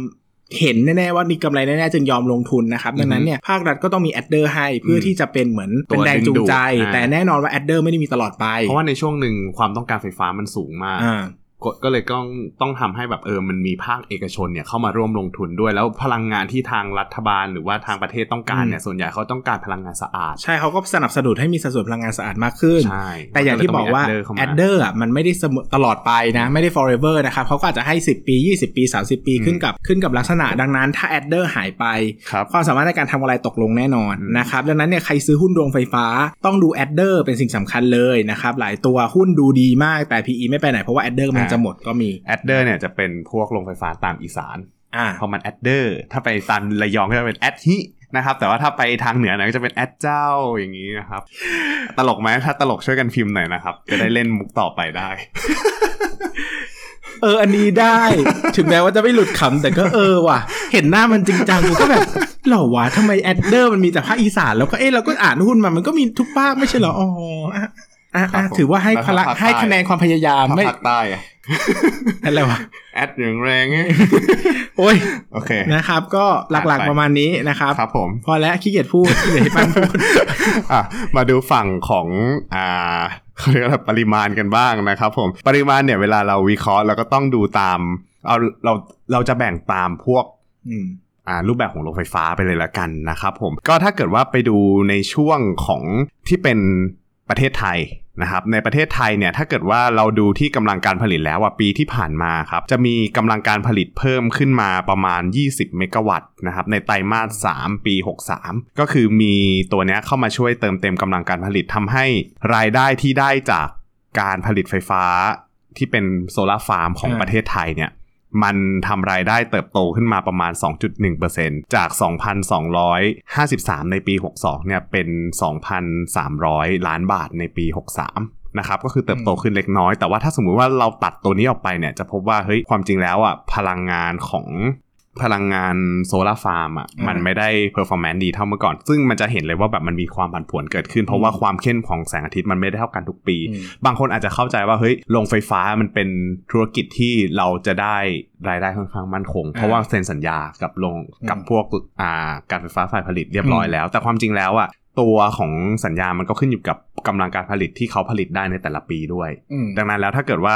Speaker 1: เห็นแน่ๆว่ามีกำไรแน่ๆจึงยอมลงทุนนะครับ
Speaker 2: อือฮึ
Speaker 1: ดังนั้นเนี่ยภาครัฐก็ต้องมีแอดเดอร์ให้เพื่ออ
Speaker 2: ม
Speaker 1: ที่จะเป็นเหมือน
Speaker 2: ตั
Speaker 1: เป็น
Speaker 2: ว
Speaker 1: แรงจูงใจ
Speaker 2: ดึงดูดอ่า
Speaker 1: แต่แน่นอนว่าแอดเดอร์ไม่ได้มีตลอดไป
Speaker 2: เพราะว่าในช่วงหนึ่งความต้องการไฟฟ้ามันสูงมาก
Speaker 1: อ่า
Speaker 2: ก็ก็เลยต้องต้องทำให้แบบเออมันมีภาคเอกชนเนี่ยเข้ามาร่วมลงทุนด้วย แล้วพลังงานที่ทางรัฐบาลหรือว่าทางประเทศต้องการเนี่ยส่วนใหญ่เขาต้องการพลังงานสะอาด
Speaker 1: ใช่เขาก็สนับสนุนให้มีสัดส่วนพลังงานสะอาดมากขึ้น
Speaker 2: ใช่
Speaker 1: แต่อย่างที่บอกว่า
Speaker 2: มันเลยต้งมี
Speaker 1: แอด
Speaker 2: adder
Speaker 1: เดอร์อ่ะมันไม่ได้เสมอตลอดไปนะ ไม่ได้ forever นะครับเขาก็อาจจะให้ 10 ปี 20 ปี 30 ปี
Speaker 2: อืม
Speaker 1: ขึ้นกับขึ้นกับลักษณะดังนั้นถ้าแอดเดอร์หายไป
Speaker 2: เข้ามาครับ
Speaker 1: ความสามารถในการทำกำไรตกลงแน่นอน
Speaker 2: อืม
Speaker 1: นะครับดังนั้นเนี่ยใครซื้อหุ้นโรงไฟฟ้าต้องดูแอดเดอร์เป็นสิ่งสำคัญเลยนะครับหลายตัวหุ้นดูดีมากแต่ PE ไม่ไปไหนเพราะว่าแอดเดอร์มัน
Speaker 2: อ่า
Speaker 1: จะหมดก็มี
Speaker 2: แอดเดอร์เนี่ยจะเป็นพวกโรงไฟฟ้าตามอีสาน
Speaker 1: อ่า
Speaker 2: เพราะมันแอดเดอร์ถ้าไปตามระยองก็จะเป็นแอดฮินะครับแต่ว่าถ้าไปทางเหนือเนี่ยก็จะเป็นแอดเจ้าอย่างนี้นะครับ ตลกไหมถ้าตลกช่วยกันพิมพ์หน่อยนะครับจะได้เล่นมุกต่อไปได้
Speaker 1: เอออันนี้ได้ ถึงแม้ว่าจะไม่หลุดขำแต่ก็เออว่ะ เห็นหน้ามันจริงจังกูก็แบบเหล่อวะทำไมแอดเดอร์มันมีแต่ภาคอีสานแล้วก็เออเราก็อ่านหุ้นมามันก็มีทุกภาคไม่ใช่เหรออ๋ออ่ะอ่ะ
Speaker 2: ครั
Speaker 1: อ่ะ
Speaker 2: บผม
Speaker 1: ถือว่าให้
Speaker 2: แล้ว
Speaker 1: พละ
Speaker 2: ภาคใต้
Speaker 1: ให้คะแนนความพยายามไม่
Speaker 2: ภาคใต้อะ
Speaker 1: อะไรวะ
Speaker 2: แอดอย่างแรงเนี่ย
Speaker 1: โอ้ย
Speaker 2: โอเค
Speaker 1: นะครับ ก็หลักๆประมาณนี้นะครับ
Speaker 2: ครับผม
Speaker 1: พอแล้วขี้เกียจพูดเดี๋ยวให้ปันพูด
Speaker 2: อ่ะมาดูฝั่งของอ่าเขาเรียกว่าปริมาณกันบ้างนะครับผมปริมาณเนี่ยเวลาเราวิเคราะห์เราก็ต้องดูตามเอาเราเราจะแบ่งตามพวก
Speaker 1: อืม
Speaker 2: อ่ารูปแบบของโรงไฟฟ้าไปเลยละกันนะครับผมก็ถ้าเกิดว่าไปดูในช่วงของที่เป็นประเทศไทยนะครับในประเทศไทยเนี่ยถ้าเกิดว่าเราดูที่กำลังการผลิตแล้วอ่ะปีที่ผ่านมาครับจะมีกำลังการผลิตเพิ่มขึ้นมาประมาณ 20 เมกะวัตต์นะครับในไตรมาส 3 ปี 63 ก็คือมีตัวเนี้ยเข้ามาช่วยเติมเต็มกำลังการผลิตทำให้รายได้ที่ได้จากการผลิตไฟฟ้าที่เป็นโซลาร์ฟาร์มของ
Speaker 1: อ่า
Speaker 2: ประเทศไทยเนี่ยมันทำรายได้เติบโตขึ้นมาประมาณ 2.1%จาก 2,253 ในปี 62เนี่ยเป็น 2,300 ล้านบาทในปี 63นะครับก็คือเติบโตขึ้นเล็กน้อย แต่ว่าถ้าสมมุติว่าเราตัดตัวนี้ออกไปเนี่ยจะพบว่าเฮ้ยความจริงแล้วอ่ะพลังงานของ พลังงานโซลาร์ฟาร์มอ่ะ
Speaker 1: อ่ามั
Speaker 2: มันไม่ได้เพอร์ฟอร์แมนซ์ดีเท่าเมื่อก่อน ซึ่งมันจะเห็นเลยว่าแบบมันมีความผันผวนเกิดขึ้น เพราะว่าความเข้มของแสงอาทิตย์มันไม่ได้เท่ากันทุกปี
Speaker 1: อืม
Speaker 2: บางคนอาจจะเข้าใจว่าเฮ้ยโรงไฟฟ้ามันเป็นธุรกิจที่เราจะได้รายได้ค่อนข้างมั่นคง เพราะว่าเซ็นสัญญากับโรงกับพวกอ่าการไฟฟ้าฝ่ายผลิตเรียบร้อยแล้ว แต่ความจริงแล้วอ่ะ ตัวของสัญญามันก็ขึ้นอยู่กับกำลังการผลิตที่เขาผลิตได้ในแต่ละปีด้วย
Speaker 1: อืม
Speaker 2: ดังนั้นแล้วถ้าเกิดว่า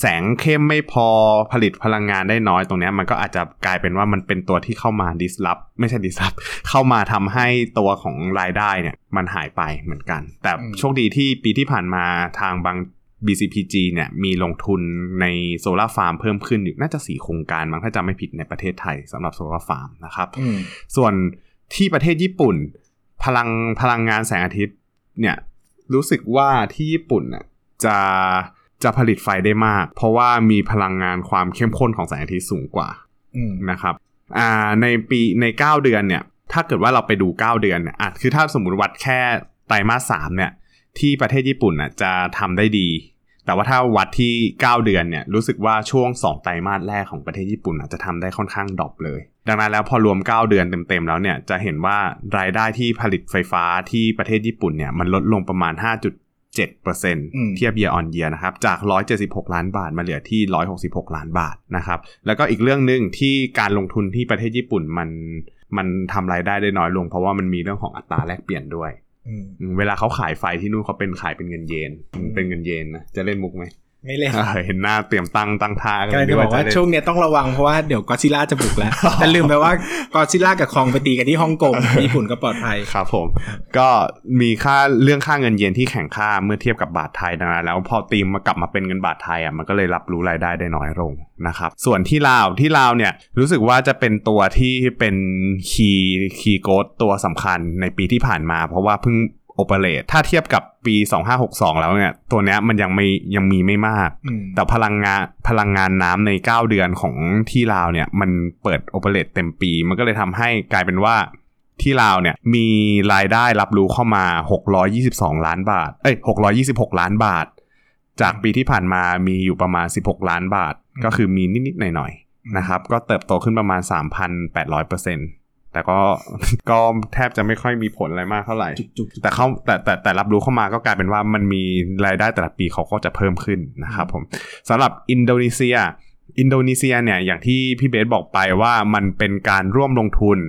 Speaker 2: แสงเข้มไม่พอผลิตพลังงานได้น้อยตรงเนี้ยมันก็อาจจะกลายเป็นว่ามันเป็นตัวที่เข้ามาดิสลอฟไม่ใช่ดิสลอฟ (laughs) เข้ามาทำให้ตัวของรายได้เนี่ยมันหายไปเหมือนกัน แต่
Speaker 1: อืม
Speaker 2: โชคดีที่ปีที่ผ่านมาทางบาง BCPG เนี่ยมีลงทุนในโซลาร์ฟาร์มเพิ่มขึ้นอยู่น่าจะ 4 โครงการมั้งถ้าจำไม่ผิดในประเทศไทยสำหรับโซลาร์ฟาร์มนะครับ
Speaker 1: อืม
Speaker 2: ส่วนที่ประเทศญี่ปุ่น พลังพลังงานแสงอาทิตย์เนี่ยรู้สึกว่าที่ญี่ปุ่นน่ะจะจะผลิตไฟได้มาก เพราะว่ามีพลังงานความเข้มข้นของแสงอาทิตย์สูงกว่า
Speaker 1: อืม
Speaker 2: นะครับอ่าในปีใน 9 เดือนเนี่ยถ้าเกิดว่าเราไปดู 9 เดือนเนี่ยอ่ะคือถ้าสมมติวัดแค่ไตรมาสสามเนี่ยที่ประเทศญี่ปุ่นน่ะจะทำได้ดี แต่ว่าถ้าวัดที่ 9 เดือนเนี่ยรู้สึกว่าช่วง 2 ไตรมาสแรกของประเทศญี่ปุ่นอาจจะทำได้ค่อนข้างดรอปเลย ดังนั้นแล้วพอรวม 9 เดือนเต็มๆแล้วเนี่ยจะเห็นว่ารายได้ที่ผลิตไฟฟ้าที่ประเทศญี่ปุ่นเนี่ยมันลดลงประมาณ 5.7%
Speaker 1: ม
Speaker 2: เทียบ year on year นะครับจาก 176 ล้านบาทมาเหลือที่ 166 ล้านบาทนะครับแล้วก็อีกเรื่องหนึ่งที่การลงทุนที่ประเทศญี่ปุ่นมันมันทำรายได้ได้น้อยลง เพราะว่ามันมีเรื่องของอัตราแลกเปลี่ยนด้วย
Speaker 1: อืม
Speaker 2: อืมเวลาเขาขายไฟที่นู่นเขาเป็นขายเป็นเงินเยนอืมเป็นเงินเยนนะจะเล่นมุกไหม
Speaker 1: ไม่เล่น
Speaker 2: เออเห็นหน้าเตรียมตั้งตั้งท่า
Speaker 1: ก็เลยจะบอกว่าช่วงเนี้ยต้องระวังเพราะว่าเดี๋ยวกอซิล่าจะบุก (laughs) แล้ว แต่ลืมไปว่ากอซิล่ากับคองไปตีกันที่ฮ่องกงญี่ปุ่นก็ปลอดภัย
Speaker 2: ครับผม ก็มีค่าเรื่องค่าเงินเยนที่แข่งค่าเมื่อเทียบกับบาทไทยดังนั้นแล้วพอตีมมากลับมาเป็นเงินบาทไทยอ่ะมันก็เลยรับรู้รายได้ได้น้อยลงนะครับ ส่วนที่ลาวที่ลาวเนี่ยรู้สึกว่าจะเป็นตัวที่เป็นคีย์คีย์โกดตัวสำคัญในปีที่ผ่านมา เพราะว่าเพิ่งโอเปเรตถ้าเทียบกับปี 2562 แล้วเนี่ยตัวเนี้ยมันยังไม่ยังมีไม่มาก
Speaker 1: อืม
Speaker 2: แต่พลังงานพลังงานน้ำใน 9 เดือนของที่ลาวเนี่ยมันเปิดโอเปเรตเต็มปี มันก็เลยทำให้กลายเป็นว่าที่ลาวเนี่ยมีรายได้รับรู้เข้ามา 622 ล้านบาท เอ้ย 626 ล้านบาท จากปีที่ผ่านมามีอยู่ประมาณ 16 ล้านบาท
Speaker 1: อืม
Speaker 2: ก็คือมีนิด ๆ หน่อย ๆ นะครับ ก็เติบโตขึ้นประมาณ 3,800%แต่ก็ ก็แทบจะไม่ค่อยมีผลอะไรมากเท่าไหร่
Speaker 1: จุกจุก
Speaker 2: แต่เขาแต่แต่แต่รับรู้เข้ามาก็กลายเป็นว่ามันมีรายได้แต่ละปีเขาก็จะเพิ่มขึ้นนะครับผมสำหรับอินโดนีเซีย อินโดนีเซียเนี่ยอย่างที่พี่เบสบอกไปว่ามันเป็นการร่วมลงทุน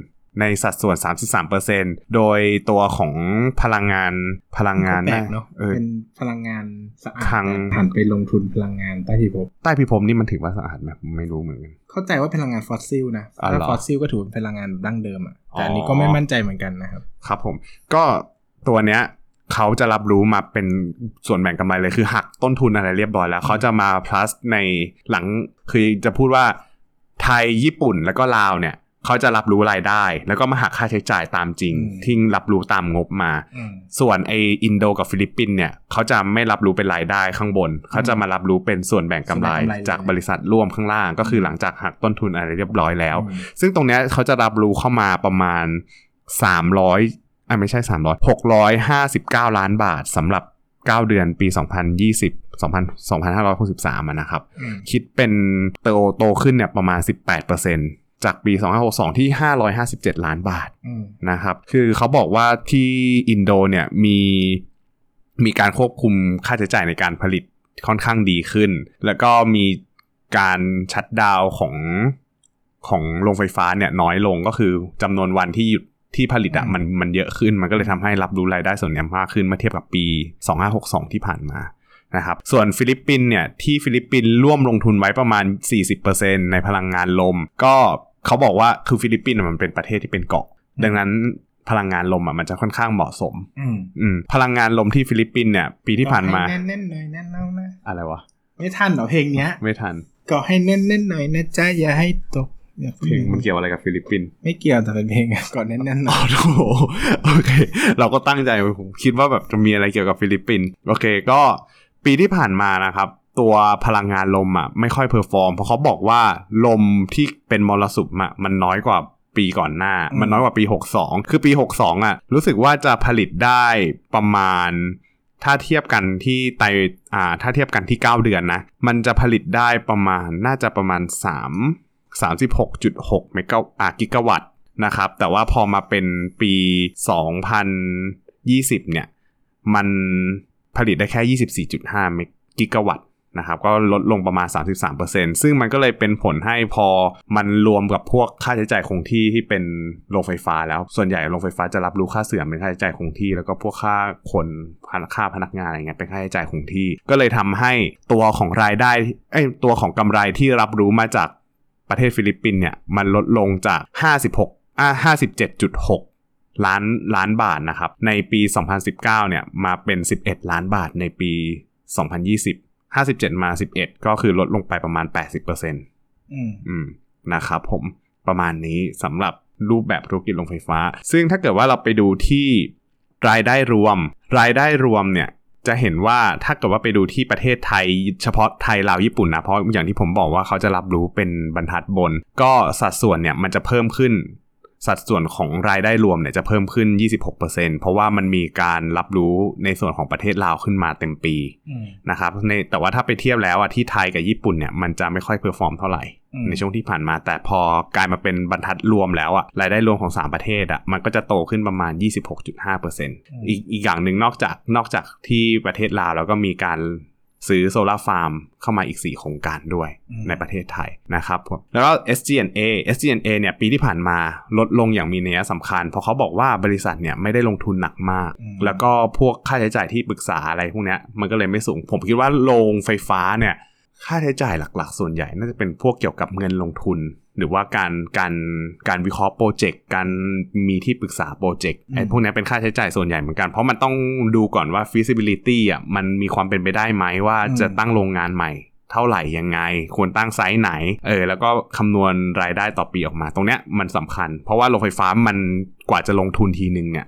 Speaker 2: ในสัดส่วน 33%โดยตัวของพลังงานพลังงาน
Speaker 1: แปลกเนาะ
Speaker 2: เออ
Speaker 1: เป็นพลังงานสะอาด
Speaker 2: ทาง
Speaker 1: แต่ผ่านไปลงทุนพลังงานใต้พิภพ
Speaker 2: ใต้พิภพนี่มันถือว่าสะอาดไหมผมไม่รู้เหมือนกัน
Speaker 1: เข้าใจว่าพลังงานฟอสซิลนะ
Speaker 2: อ๋อเหรอ
Speaker 1: ถ้าฟอสซิลก็ถือเป็นพลังงานดั้งเดิมอ่ะแต่อันนี้
Speaker 2: อ๋อ
Speaker 1: ก็ไม่มั่นใจเหมือนกันนะครับ
Speaker 2: ครับผมก็ตัวเนี้ยเขาจะรับรู้มาเป็นส่วนแบ่งกำไรเลยคือหักต้นทุนอะไรเรียบร้อยแล้ว เขาจะมา plus ในหลังคือจะพูดว่าไทยญี่ปุ่นแล้วก็ลาวเนี่ย เขาจะรับรู้รายได้ แล้วก็มาหักค่าใช้จ่ายตามจริง
Speaker 1: อืม
Speaker 2: ที่รับรู้ตามงบมา
Speaker 1: อืม
Speaker 2: ส่วนไออินโดกับฟิลิปปินส์เนี่ยเขาจะไม่รับรู้เป็นรายได้ข้างบน เขาจะมารับรู้เป็นส่วนแบ่งกำไร
Speaker 1: ส่วนแบ่งกำไรเลย
Speaker 2: จากบริษัทร่วมข้างล่าง ก็คื
Speaker 1: ม
Speaker 2: อหลังจากหักต้นทุนอะไรเรียบร้อยแล้ว
Speaker 1: อืม
Speaker 2: ซึ่งตรงเนี้ยเขาจะรับรู้เข้ามาประมาณ 300อ่ะไม่ใช่ 300 659 ล้านบาทสำหรับ 9 เดือนปี 2020 2000 2563อะนะครับ
Speaker 1: อืม
Speaker 2: คิดเป็นเติบโตขึ้นเนี่ยประมาณ 18%จากปี 2562 ที่ 557 ล้านบาท
Speaker 1: อืม
Speaker 2: นะครับคือเขาบอกว่าที่อินโดเนี่ยมีมีการควบคุมค่าใช้จ่ายในการผลิตค่อนข้างดีขึ้น แล้วก็มีการชัดดาวน์ของของโรงไฟฟ้าเนี่ยน้อยลงก็คือจำนวนวันที่หยุดที่ผลิตอะ
Speaker 1: อืม
Speaker 2: มันมันเยอะขึ้น มันก็เลยทำให้รับรู้รายได้ส่วนเนี้ยมากขึ้นเมื่อเทียบกับปี 2562 ที่ผ่านมานะครับส่วนฟิลิปปินส์เนี่ยที่ฟิลิปปินส์ร่วมลงทุนไว้ประมาณ 40%ในพลังงานลม ก็เขาบอกว่าคือฟิลิปปินส์อะมันเป็นประเทศที่เป็นเกาะ ดังนั้นพลังงานลมอ่ะมันจะค่อนข้างเหมาะสม
Speaker 1: อืม
Speaker 2: อืมพลังงานลมที่ฟิลิปปินส์เนี่ย ปีที่ผ่านมา
Speaker 1: ก็ให้แน่นๆหน่อยแน่นแล้วนะ
Speaker 2: อะไรวะ
Speaker 1: ไม่ทันเหรอเพลงเนี้ย
Speaker 2: ไม่ทัน
Speaker 1: ก็ให้แน่นๆหน่อยนะจ๊ะอย่าให้ตกอย่า
Speaker 2: เพลงมันเกี่ยวอะไรกับฟิลิปปินส์
Speaker 1: ไม่เกี่ยวแต่เป็นเพลงก่อนแน่นๆหน่
Speaker 2: อ๋
Speaker 1: อ
Speaker 2: อย โถโอเค เราก็ตั้งใจผมคิดว่าแบบจะมีอะไรเกี่ยวกับฟิลิปปินส์โอเคก็ปีที่ผ่านมานะครับ ตัวพลังงานลมอ่ะไม่ค่อยเพอร์ฟอร์ม เพราะเขาบอกว่าลมที่เป็นมรสุมอ่ะมันน้อยกว่าปีก่อนหน้า มันน้อยกว่าปี 62 คือปี 62อ่ะรู้สึกว่าจะผลิตได้ประมาณ ถ้าเทียบกันที่ไตอ่า ถ้าเทียบกันที่ 9 เดือนนะ มันจะผลิตได้ประมาณ น่าจะประมาณ 3 36.6เมกะอ่ากิกะวัตต์นะครับ แต่ว่าพอมาเป็นปี 2020 เนี่ย มันผลิตได้แค่ 24.5เมกกิกะวัตต์ นะครับก็ลดลงประมาณ 33%ซึ่งมันก็เลยเป็นผลให้พอมันรวมกับพวกค่าใช้จ่ายคงที่ที่เป็นโรงไฟฟ้าแล้วส่วนใหญ่โรงไฟฟ้าจะรับรู้ค่าเสื่อมเป็นค่าใช้จ่ายคงที่ แล้วก็พวกค่าคนค่าพนักงานอะไรเงี้ยเป็นค่าใช้จ่ายคงที่ ก็เลยทำให้ตัวของรายได้เอ้ยตัวของกำไรที่รับรู้มาจากประเทศฟิลิปปินส์เนี่ยมันลดลงจาก 56อ่า57.6 ล้านล้านบาทนะครับ ในปี 2019 เนี่ยมาเป็น 11 ล้านบาทในปี 2020 57 มา 11 ก็คือลดลงไปประมาณ 80%
Speaker 1: อืม
Speaker 2: อืมนะครับผมประมาณนี้สำหรับรูปแบบธุรกิจโรงไฟฟ้า ซึ่งถ้าเกิดว่าเราไปดูที่รายได้รวม รายได้รวมเนี่ยจะเห็นว่าถ้าเกิดว่าไปดูที่ประเทศไทย เฉพาะไทยลาวญี่ปุ่นนะเพราะอย่างที่ผมบอกว่าเขาจะรับรู้เป็นบรรทัดบน ก็สัดส่วนเนี่ยมันจะเพิ่มขึ้น สัดส่วนของรายได้รวมเนี่ยจะเพิ่มขึ้น 26%เพราะว่ามันมีการรับรู้ในส่วนของประเทศลาวขึ้นมาเต็มปี
Speaker 1: อืม
Speaker 2: นะครับในแต่ว่าถ้าไปเทียบแล้วอะที่ไทยกับญี่ปุ่นเนี่ยมันจะไม่ค่อยเพอร์ฟอร์มเท่าไหร่
Speaker 1: อืม
Speaker 2: ในช่วงที่ผ่านมา แต่พอกลายมาเป็นบรรทัดรวมแล้วอะรายได้รวมของ 3 ประเทศอะมันก็จะโตขึ้นประมาณ 26.5%อีกอีกอย่างหนึ่งนอกจากนอกจากที่ประเทศลาวแล้วก็มีการซื้อโซลาร์ฟาร์มเข้ามาอีก 4 โครงการด้วย
Speaker 1: อืม
Speaker 2: ในประเทศไทยนะครับผมแล้วก็ SGNA SGNA เนี่ยปีที่ผ่านมาลดลงอย่างมีนัยสำคัญ เพราะเขาบอกว่าบริษัทเนี่ยไม่ได้ลงทุนหนักมาก
Speaker 1: อืม
Speaker 2: แล้วก็พวกค่าใช้จ่ายที่ปรึกษาอะไรพวกเนี้ยมันก็เลยไม่สูง ผมคิดว่าโรงไฟฟ้าเนี่ยค่าใช้จ่ายหลักๆ ส่วนใหญ่น่าจะเป็นพวกเกี่ยวกับเงินลงทุน หรือว่าการการการวิเคราะห์โปรเจกต์การมีที่ปรึกษาโปรเจกต์ไอ้พวกเนี้ยเป็นค่าใช้จ่ายส่วนใหญ่เหมือนกันเพราะมันต้องดูก่อนว่า feasibility อ่ะมันมีความเป็นไปได้ไหมว่า
Speaker 1: อืม
Speaker 2: จะตั้งโรงงานใหม่ เท่าไหร่ยังไง ควรตั้งไซส์ไหน เออ แล้วก็คำนวณรายได้ต่อปีออกมา ตรงเนี้ยมันสำคัญ เพราะว่าโรงไฟฟ้ามันกว่าจะลงทุนทีนึงเนี่ย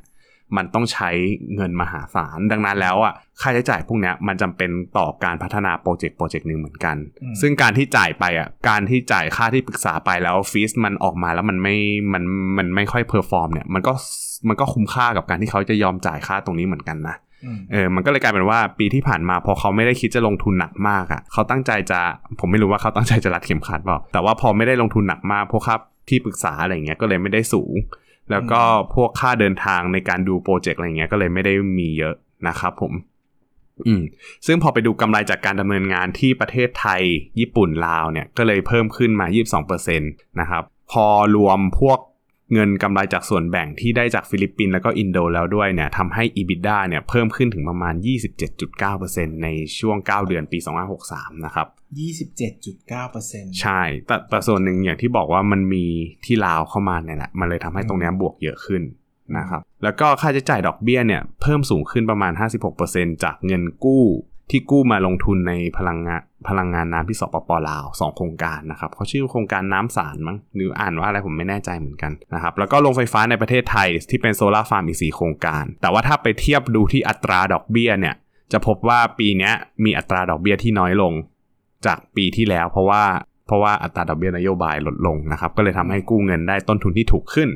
Speaker 2: มันต้องใช้เงินมหาศาล ดังนั้นแล้วอ่ะค่าใช้จ่ายพวกเนี้ยมันจำเป็นต่อการพัฒนาโปรเจกต์โปรเจกต์หนึ่งเหมือนกัน
Speaker 1: อืม
Speaker 2: ซึ่งการที่จ่ายไปอ่ะการที่จ่ายค่าที่ปรึกษาไปแล้วฟีสมันออกมาแล้วมันไม่มันมันไม่ค่อยเพอร์ฟอร์มเนี่ยมันก็มันก็คุ้มค่ากับการที่เขาจะยอมจ่ายค่าตรงนี้เหมือนกันนะ
Speaker 1: อืม
Speaker 2: เออ มันก็เลยกลายเป็นว่าปีที่ผ่านมาพอเขาไม่ได้คิดจะลงทุนหนักมากอะ่ะ เขาตั้งใจจะ ผมไม่รู้ว่าเขาตั้งใจจะรัดเข็มขัดเปล่า แต่ว่าพอไม่ได้ลงทุนหนักมาก พวกค่าที่ปรึกษาอะไรอย่างเงี้ยก็เลยไม่ได้สูง แล้วก็พวกค่าเดินทางในการดูโปรเจกต์อะไรอย่างเงี้ยก็เลยไม่ได้มีเยอะนะครับผม อืม ซึ่งพอไปดูกำไรจากการดำเนินงานที่ประเทศไทย ญี่ปุ่น ลาวเนี่ย ก็เลยเพิ่มขึ้นมา 22%นะครับ พอรวมพวกเงินกำไรจากส่วนแบ่งที่ได้จากฟิลิปปินส์แล้วก็อินโดแล้วด้วยเนี่ยทำให้ EBITDA เนี่ยเพิ่มขึ้นถึงประมาณ 27.9%ในช่วง 9 เดือนปี 2563 นะครับ
Speaker 1: ยี่สิบเจ็ดจุดเก้าเปอร์เซ็นต์
Speaker 2: ใช่ แต่แต่ส่วนหนึ่งอย่างที่บอกว่ามันมีที่ลาวเข้ามาเนี่ยแหละ มันเลยทำให้ตรงเนี้ยบวกเยอะขึ้นนะครับ แล้วก็ค่าใช้จ่ายดอกเบี้ยเนี่ยเพิ่มสูงขึ้นประมาณ 56%จากเงินกู้ที่กู้มาลงทุนในพลังงานพลังงานน้ำที่สปปลาว 2 โครงการนะครับเขาชื่อโครงการน้ำสารมั้งหรืออ่านว่าอะไรผมไม่แน่ใจเหมือนกันนะครับ แล้วก็โรงไฟฟ้าในประเทศไทยที่เป็นโซลาร์ฟาร์มอีก 4 โครงการ แต่ว่าถ้าไปเทียบดูที่อัตราดอกเบี้ยเนี่ย จะพบว่าปีเนี้ยมีอัตราดอกเบี้ยที่น้อยลง จากปีที่แล้วเพราะว่าเพราะว่าอัตราดอกเบี้ยนโยบายลดลงนะครับ ก็เลยทำให้กู้เงินได้ต้นทุนที่ถูกขึ้น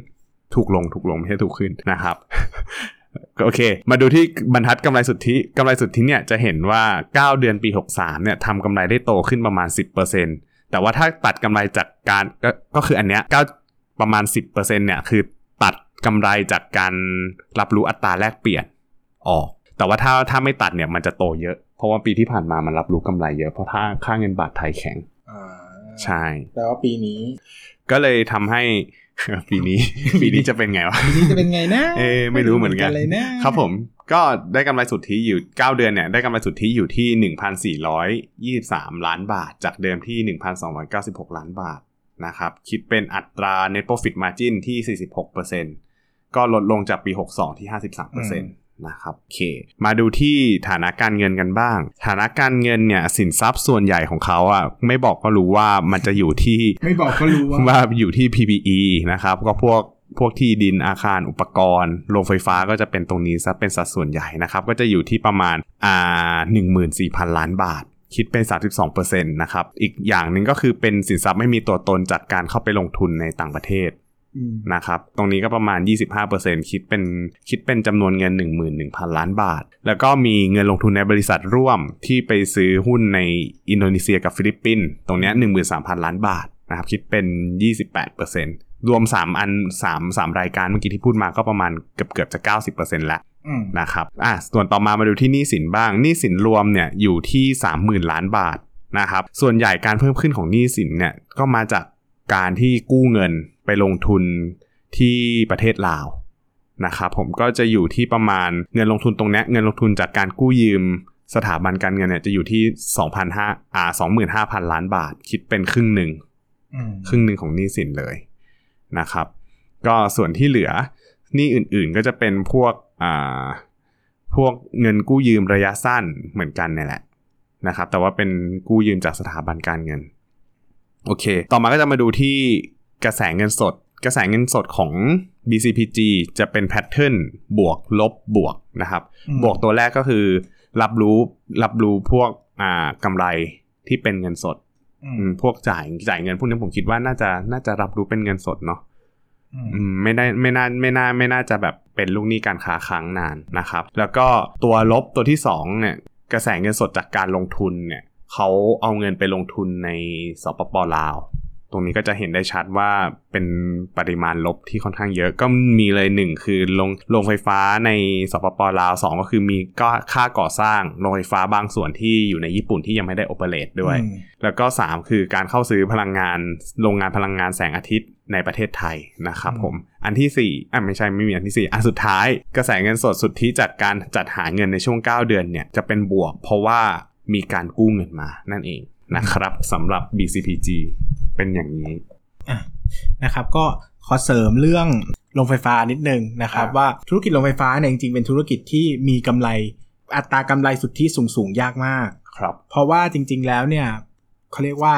Speaker 2: ถูกลงถูกลงไม่ใช่ถูกขึ้นนะครับ (laughs) ก็โอเค มาดูที่บรรทัดกำไรสุทธิกำไรสุทธิเนี่ยจะเห็นว่า 9 เดือนปี 63เนี่ยทำกำไรได้โตขึ้นประมาณ 10%แต่ว่าถ้าตัดกำไรจากการก็ก็คืออันเนี้ย9ประมาณ 10%เนี่ยคือตัดกำไรจากการรับรู้อัตราแลกเปลี่ยน ออกแต่ว่าถ้าถ้าไม่ตัดเนี่ยมันจะโตเยอะ เพราะว่าปีที่ผ่านมามันรับรู้กำไรเยอะเพราะถ้าค่าเงินบาทไทยแข็ง
Speaker 1: อ่า
Speaker 2: ใช่
Speaker 1: แปลว่าปีนี้
Speaker 2: ก็เลยทำให้ (laughs) ปีนี้ ปีนี้จะเป็นไงวะ
Speaker 1: ปีนี้จะเป็นไงนะ
Speaker 2: เอ๊ะไม่รู้เหมือนกัน
Speaker 1: เลยนะครับ
Speaker 2: ผมก็ได้กำไรสุทธิอยู่ 9 เดือนเนี่ยได้กำไรสุทธิอยู่ที่ 1,423 ล้านบาท จากเดิมที่ 1,296 ล้านบาทนะครับคิดเป็นอัตรา net profit margin ที่ 46%ก็ลดลงจากปี 62 ที่ 53%นะครับโอเค มาดูที่ฐานะการเงินกันบ้าง ฐานะการเงินเนี่ยสินทรัพย์ส่วนใหญ่ของเขาอ่ะไม่บอกก็รู้ว่ามันจะอยู่ที่
Speaker 1: ไม่บอกก็รู้ว่า
Speaker 2: ว่าอยู่ที่ PPE นะครับ ก็พวกพวกที่ดินอาคารอุปกรณ์โรงไฟฟ้าก็จะเป็นตรงนี้ซะเป็นสัดส่วนใหญ่นะครับ ก็จะอยู่ที่ประมาณอ่า14,000 ล้านบาท คิดเป็น 32%นะครับ อีกอย่างหนึ่งก็คือเป็นสินทรัพย์ไม่มีตัวตนจากการเข้าไปลงทุนในต่างประเทศ
Speaker 1: อืม
Speaker 2: นะครับ ตรงนี้ก็ประมาณ 25%คิดเป็นคิดเป็นจำนวนเงิน 11,000 ล้านบาท แล้วก็มีเงินลงทุนในบริษัทร่วมที่ไปซื้อหุ้นในอินโดนีเซียกับฟิลิปปินส์ ตรงเนี้ย13,000 ล้านบาทนะครับ คิดเป็น 28%น รวม 3 อัน3 3รายการเมื่อกี้ที่พูดมาก็ประมาณเกือบเกือบๆจะ 90%แล้ว
Speaker 1: อืม
Speaker 2: นะครับ อ่ะ ส่วนต่อมามาดูที่หนี้สินบ้าง หนี้สินรวมเนี่ยอยู่ที่ 30,000 ล้านบาทนะครับ ส่วนใหญ่การเพิ่มขึ้นของหนี้สินเนี่ยก็มาจากการที่กู้เงินไปลงทุนที่ประเทศลาวนะครับผมก็จะอยู่ที่ประมาณเงินลงทุนตรงเนี้ยเงินลงทุนจากการกู้ยืมสถาบันการเงินเนี่ยจะอยู่ที่2,500อ่า25,000 ล้านบาท คิดเป็นครึ่งหนึ่ง
Speaker 1: อืม
Speaker 2: ครึ่งหนึ่งของหนี้สินเลยนะครับ ก็ส่วนที่เหลือหนี้อื่นๆก็จะเป็นพวกอ่าพวกเงินกู้ยืมระยะสั้นเหมือนกันเนี่ยแหละนะครับ แต่ว่าเป็นกู้ยืมจากสถาบันการเงิน โอเค ต่อมาก็จะมาดูที่กระแสเงินสด กระแสเงินสดของ BCPG จะเป็นแพทเทิร์นบวกลบบวกนะครับ บวกตัวแรกก็คือ รับรู้รับรู้พวกอ่ากำไรที่เป็นเงินสด
Speaker 1: อื
Speaker 2: อื
Speaker 1: ม
Speaker 2: มพวกจ่ายจ่ายเงินพวกนี้ผมคิดว่าน่าจะน่าจะรับรู้เป็นเงินสดเนาะ
Speaker 1: อืม
Speaker 2: อืมไม่ได้ไม่น่าไม่น่าไม่น่าจะแบบเป็นลูกหนี้การค้าค้างนานนะครับ แล้วก็ตัวลบตัวที่สองเนี่ยกระแสเงินสดจากการลงทุนเนี่ยเขาเอาเงินไปลงทุนในสปปลาว ตรงนี้ก็จะเห็นได้ชัดว่าเป็นปริมาณลบที่ค่อนข้างเยอะก็มีเลยหนึ่งคือโรงโรงไฟฟ้าในสปปลาวสองก็คือมีก็ค่าก่อสร้างโรงไฟฟ้าบางส่วนที่อยู่ในญี่ปุ่นที่ยังไม่ได้โอเปเรตด้วย
Speaker 1: อืม
Speaker 2: แล้วก็ 3 คือการเข้าซื้อพลังงานโรงงานพลังงานแสงอาทิตย์ในประเทศไทยนะครับผม อันที่ 4อ่ะไม่ใช่ไม่มีอันที่ 4 อันสุดท้ายกระแสเงินสดสุดที่จากการจัดหาเงินในช่วง 9 เดือนเนี่ยจะเป็นบวกเพราะว่ามีการกู้เงินมานั่นเองนะครับสำหรับ BCPG เป็นอย่างนี้
Speaker 1: นะครับ ก็ขอเสริมเรื่องโรงไฟฟ้านิดนึงนะครับ
Speaker 2: ครับ
Speaker 1: ว่าธุรกิจโรงไฟฟ้าเนี่ยจริงๆเป็นธุรกิจที่มีกำไร อัตรากำไรสุทธิสูงสูงๆยากมาก
Speaker 2: ครับ
Speaker 1: เพราะว่าจริง ๆ แล้วเนี่ยเขาเรียกว่า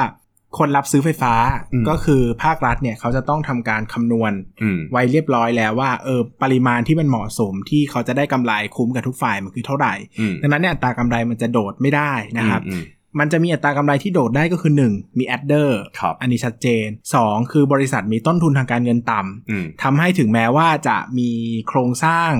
Speaker 1: คนรับซื้อไฟฟ้า
Speaker 2: อืม
Speaker 1: ก็คือภาครัฐเนี่ยเขาจะต้องทำการคำนวณ
Speaker 2: อืม
Speaker 1: ไว้เรียบร้อยแล้วว่าเออปริมาณที่มันเหมาะสมที่เขาจะได้กำไรคุ้มกับทุกฝ่ายมันคือเท่าไหร่
Speaker 2: อืม
Speaker 1: ดังนั้นเนี่ยอัตรากำไรมันจะโดดไม่ได้นะครับ
Speaker 2: อืม
Speaker 1: มันจะมีอัตรากำไรที่โดดได้ก็คือ 1 มีแอดเดอร์
Speaker 2: ครับ
Speaker 1: อันนี้ชัดเจน 2 คือบริษัทมีต้นทุนทางการเงินต่ำ
Speaker 2: อืม
Speaker 1: ทำให้ถึงแม้ว่าจะมีโครงสร้าง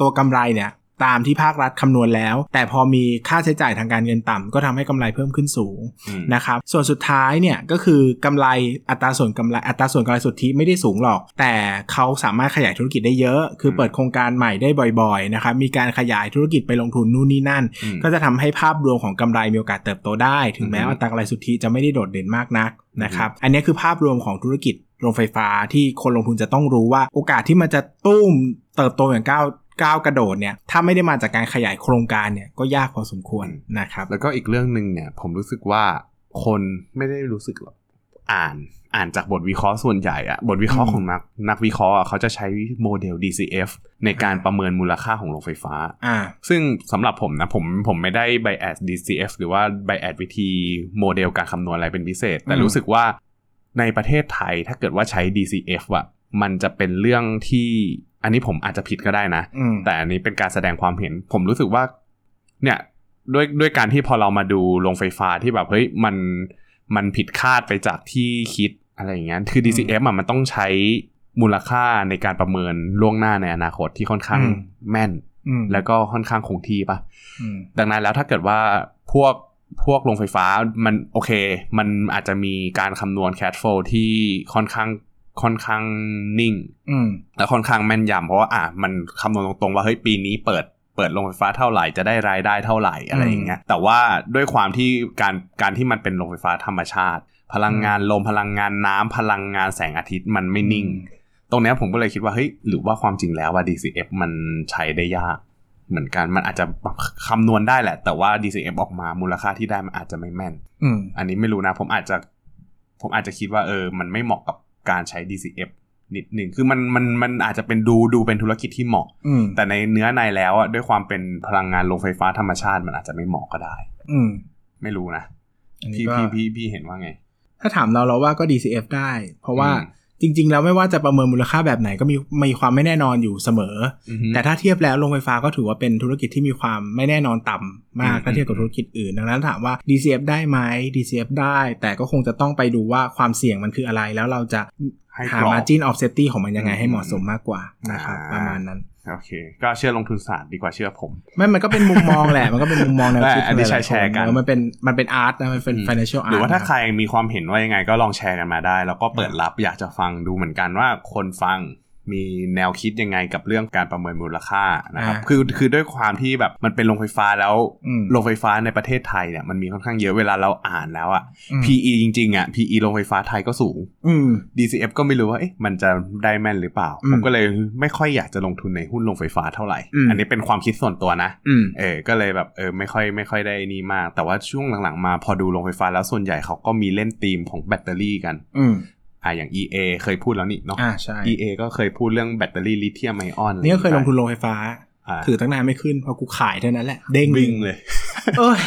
Speaker 1: ตัวกำไรเนี่ยตามที่ภาครัฐคำนวณแล้ว แต่พอมีค่าใช้จ่ายทางการเงินต่ำก็ทำให้กำไรเพิ่มขึ้นสูง
Speaker 2: อืม
Speaker 1: นะครับส่วนสุดท้ายเนี่ยก็คือกำไรอัตราส่วนกำไรอัตราส่วนกำไรสุทธิไม่ได้สูงหรอก แต่เขาสามารถขยายธุรกิจได้เยอะ คือ
Speaker 2: ม
Speaker 1: เปิดโครงการใหม่ได้บ่อยๆนะครับมีการขยายธุรกิจไปลงทุนนู่นนี่นั่น
Speaker 2: อืม
Speaker 1: ก็จะทำให้ภาพรวมของกำไรมีโอกาสเติบโตได้ ถึงแม้
Speaker 2: อืม
Speaker 1: อัตรากำไรสุทธิจะไม่ได้โดดเด่นมากนักนะครับอันนี้คือภาพรวมของธุรกิจโรงไฟฟ้าที่คนลงทุนจะต้องรู้ว่าโอกาสที่มันจะตุ้มเติบโตอย่างก้าวก้าวกระโดดเนี่ยถ้าไม่ได้มาจากการขยายโครงการเนี่ยก็ยากพอสมควรนะครับ
Speaker 2: แล้วก็อีกเรื่องหนึ่งเนี่ย ผมรู้สึกว่าคนไม่ได้รู้สึกหรอกอ่านอ่านจากบทวิเคราะห์ส่วนใหญ่อะบทวิเคราะห์ของนักนักวิเคราะห์อะเขาจะใช้โมเดล DCF ในการประเมินมูลค่าของโรงไฟฟ้า
Speaker 1: อ่า
Speaker 2: ซึ่งสำหรับผมนะผมผมไม่ได้ bias DCF หรือว่า bias วิธีโมเดลการคำนวณอะไรเป็นพิเศษ แต่
Speaker 1: อืม
Speaker 2: รู้สึกว่าในประเทศไทยถ้าเกิดว่าใช้ DCF อะมันจะเป็นเรื่องที่อันนี้ผมอาจจะผิดก็ได้นะ
Speaker 1: อืม
Speaker 2: แต่อันนี้เป็นการแสดงความเห็น ผมรู้สึกว่า เนี่ยด้วยด้วยการที่พอเรามาดูโรงไฟฟ้าที่แบบเฮ้ยมันมันผิดคาดไปจากที่คิดอะไรอย่างเงี้ยคือ DCF อะมันต้องใช้มูลค่าในการประเมินล่วงหน้าในอนาคตที่ค่อนข้าง
Speaker 1: อืม
Speaker 2: แม่น
Speaker 1: อืม
Speaker 2: แล้วก็ค่อนข้างคงที่ปะ
Speaker 1: อืม
Speaker 2: ดังนั้นแล้วถ้าเกิดว่าพวกพวกโรงไฟฟ้ามันโอเค มันอาจจะมีการคำนวณแคชโฟที่ค่อนข้างค่อนข้างนิ่ง
Speaker 1: อืม
Speaker 2: แล้วค่อนข้างแม่นยำเพราะว่าอ่ะมันคำนวณตรงๆว่าเฮ้ยปีนี้เปิดเปิดโรงไฟฟ้าเท่าไหร่จะได้รายได้เท่าไหร่อะไรอย่างเงี้ยแต่ว่าด้วยความที่การการที่มันเป็นโรงไฟฟ้าธรรมชาติ พลังงานลมพลังงานน้ำพลังงานแสงอาทิตย์มันไม่นิ่ง ตรงเนี้ยผมก็เลยคิดว่าเฮ้ยหรือว่าความจริงแล้วว่า DCF มันใช้ได้ยาก เหมือนกันมันอาจจะคำนวณได้แหละ แต่ว่า DCF ออกมามูลค่าที่ได้มันอาจจะไม่แม่น
Speaker 1: อืม
Speaker 2: อันนี้ไม่รู้นะผมอาจจะผมอาจจะคิดว่าเออ มันไม่เหมาะกับการใช้ DCF นิดหนึ่งคือมันมันมันอาจจะเป็นดูดูเป็นธุรกิจที่เหมาะ
Speaker 1: อืม
Speaker 2: แต่ในเนื้อในแล้วอ่ะด้วยความเป็นพลังงานโรงไฟฟ้าธรรมชาติ มันอาจจะไม่เหมาะก็ได้
Speaker 1: อืม
Speaker 2: ไม่รู้นะ
Speaker 1: อันนี้
Speaker 2: พี่
Speaker 1: ก็
Speaker 2: พี่พี่พี่เห็นว่าไง
Speaker 1: ถ้าถามเราเราว่าก็ DCF ได้ เพราะว่า
Speaker 2: อืม
Speaker 1: จริง ๆ แล้วไม่ว่าจะประเมินมูลค่าแบบไหนก็มีมีความไม่แน่นอนอยู่เสมอ
Speaker 2: อือฮึ
Speaker 1: แต่ถ้าเทียบแล้วโรงไฟฟ้าก็ถือว่าเป็นธุรกิจที่มีความไม่แน่นอนต่ำมาก
Speaker 2: อืม
Speaker 1: ถ้าเทียบกับธุรกิจอื่น ดังนั้นถามว่า DCF ได้ไหม DCF ได้ แต่ก็คงจะต้องไปดูว่าความเสี่ยงมันคืออะไร แล้วเราจะ
Speaker 2: ให้
Speaker 1: หา
Speaker 2: กรอบ
Speaker 1: margin of safety ของมันยังไงให้เหมาะสมมากกว่านะครับป
Speaker 2: อ่า
Speaker 1: ระมาณนั้น
Speaker 2: โอเค ก็เชื่อลงทุนศาสตร์ดีกว่าเชื่อผม
Speaker 1: ไม่มันก็เป็นมุมมองแหละ มันก็เป็นมุมมองแนวคิด
Speaker 2: ได้อันนี้
Speaker 1: หลายๆ
Speaker 2: แชร์ๆกัน
Speaker 1: คเอะมันเป็นมันเป็นอาร์ตนะ มันเป็น financial
Speaker 2: ห
Speaker 1: art
Speaker 2: รือว่าถ้า
Speaker 1: นะ
Speaker 2: ใครมีความเห็นว่ายังไงก็ลองแชร์กันมาได้ แล้วก็เปิดรับอยากจะฟังดูเหมือนกันว่าคนฟังมีแนวคิดยังไงกับเรื่องการประเมินมูลค่านะครับคือคือด้วยความที่แบบมันเป็นโรงไฟฟ้าแล้ว
Speaker 1: อืม
Speaker 2: โรงไฟฟ้าในประเทศไทยเนี่ยมันมีค่อนข้างเยอะเวลาเราอ่านแล้วอะ
Speaker 1: อืม
Speaker 2: PE จริงๆอะ PE โรงไฟฟ้าไทยก็สูง
Speaker 1: อืม
Speaker 2: DCF ก็ไม่รู้ว่าเอ๊ะมันจะได้แม่นหรือเปล่า
Speaker 1: อืม
Speaker 2: ผมก็เลยไม่ค่อยอยากจะลงทุนในหุ้นโรงไฟฟ้าเท่าไหร่
Speaker 1: อืม
Speaker 2: อันนี้เป็นความคิดส่วนตัวนะ
Speaker 1: อืม
Speaker 2: เออ ก็เลยแบบเออไม่ค่อยไม่ค่อยได้นี่มาก แต่ว่าช่วงหลังๆมาพอดูโรงไฟฟ้าแล้วส่วนใหญ่เขาก็มีเล่นธีมของแบตเตอรี่กัน
Speaker 1: อืม
Speaker 2: อ่าอย่าง EA เคยพูดแล้วนี่เนาะ
Speaker 1: อ่าใช่
Speaker 2: EA ก็เคยพูดเรื่องแบตเตอรี่ลิเธียมไอออน
Speaker 1: นี่ก็เคยลงทุนโรงไฟฟ้า
Speaker 2: อ่า
Speaker 1: ถือตั้งนานไม่ขึ้นพอกูขายเท่านั้นแหละ เด้ง
Speaker 2: วิ่งเลย (laughs)
Speaker 1: เอ้ย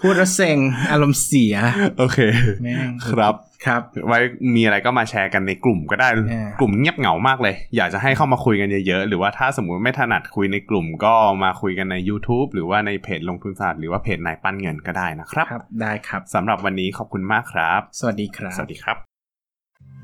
Speaker 1: พูดแล้วเซ็งอารมณ์เสีย
Speaker 2: โอเค
Speaker 1: แม่ง
Speaker 2: ครับ
Speaker 1: ครับ
Speaker 2: ไว้มีอะไรก็มาแชร์กันในกลุ่มก็ได้
Speaker 1: อ่าก
Speaker 2: ลุ่มเงียบเหงามากเลย อยากจะให้เข้ามาคุยกันเยอะๆ หรือว่าถ้าสมมุติไม่ถนัดคุยในกลุ่มก็มาคุยกันใน YouTube หรือว่าในเพจลงทุนศาสตร์หรือว่าเพจนายปั้นเงินก็ได้นะครับ
Speaker 1: ครับได้ครับ
Speaker 2: สำหรับวันนี้ขอบคุณมากครับ
Speaker 1: สวัสดีครับ
Speaker 2: สวัสดีครับ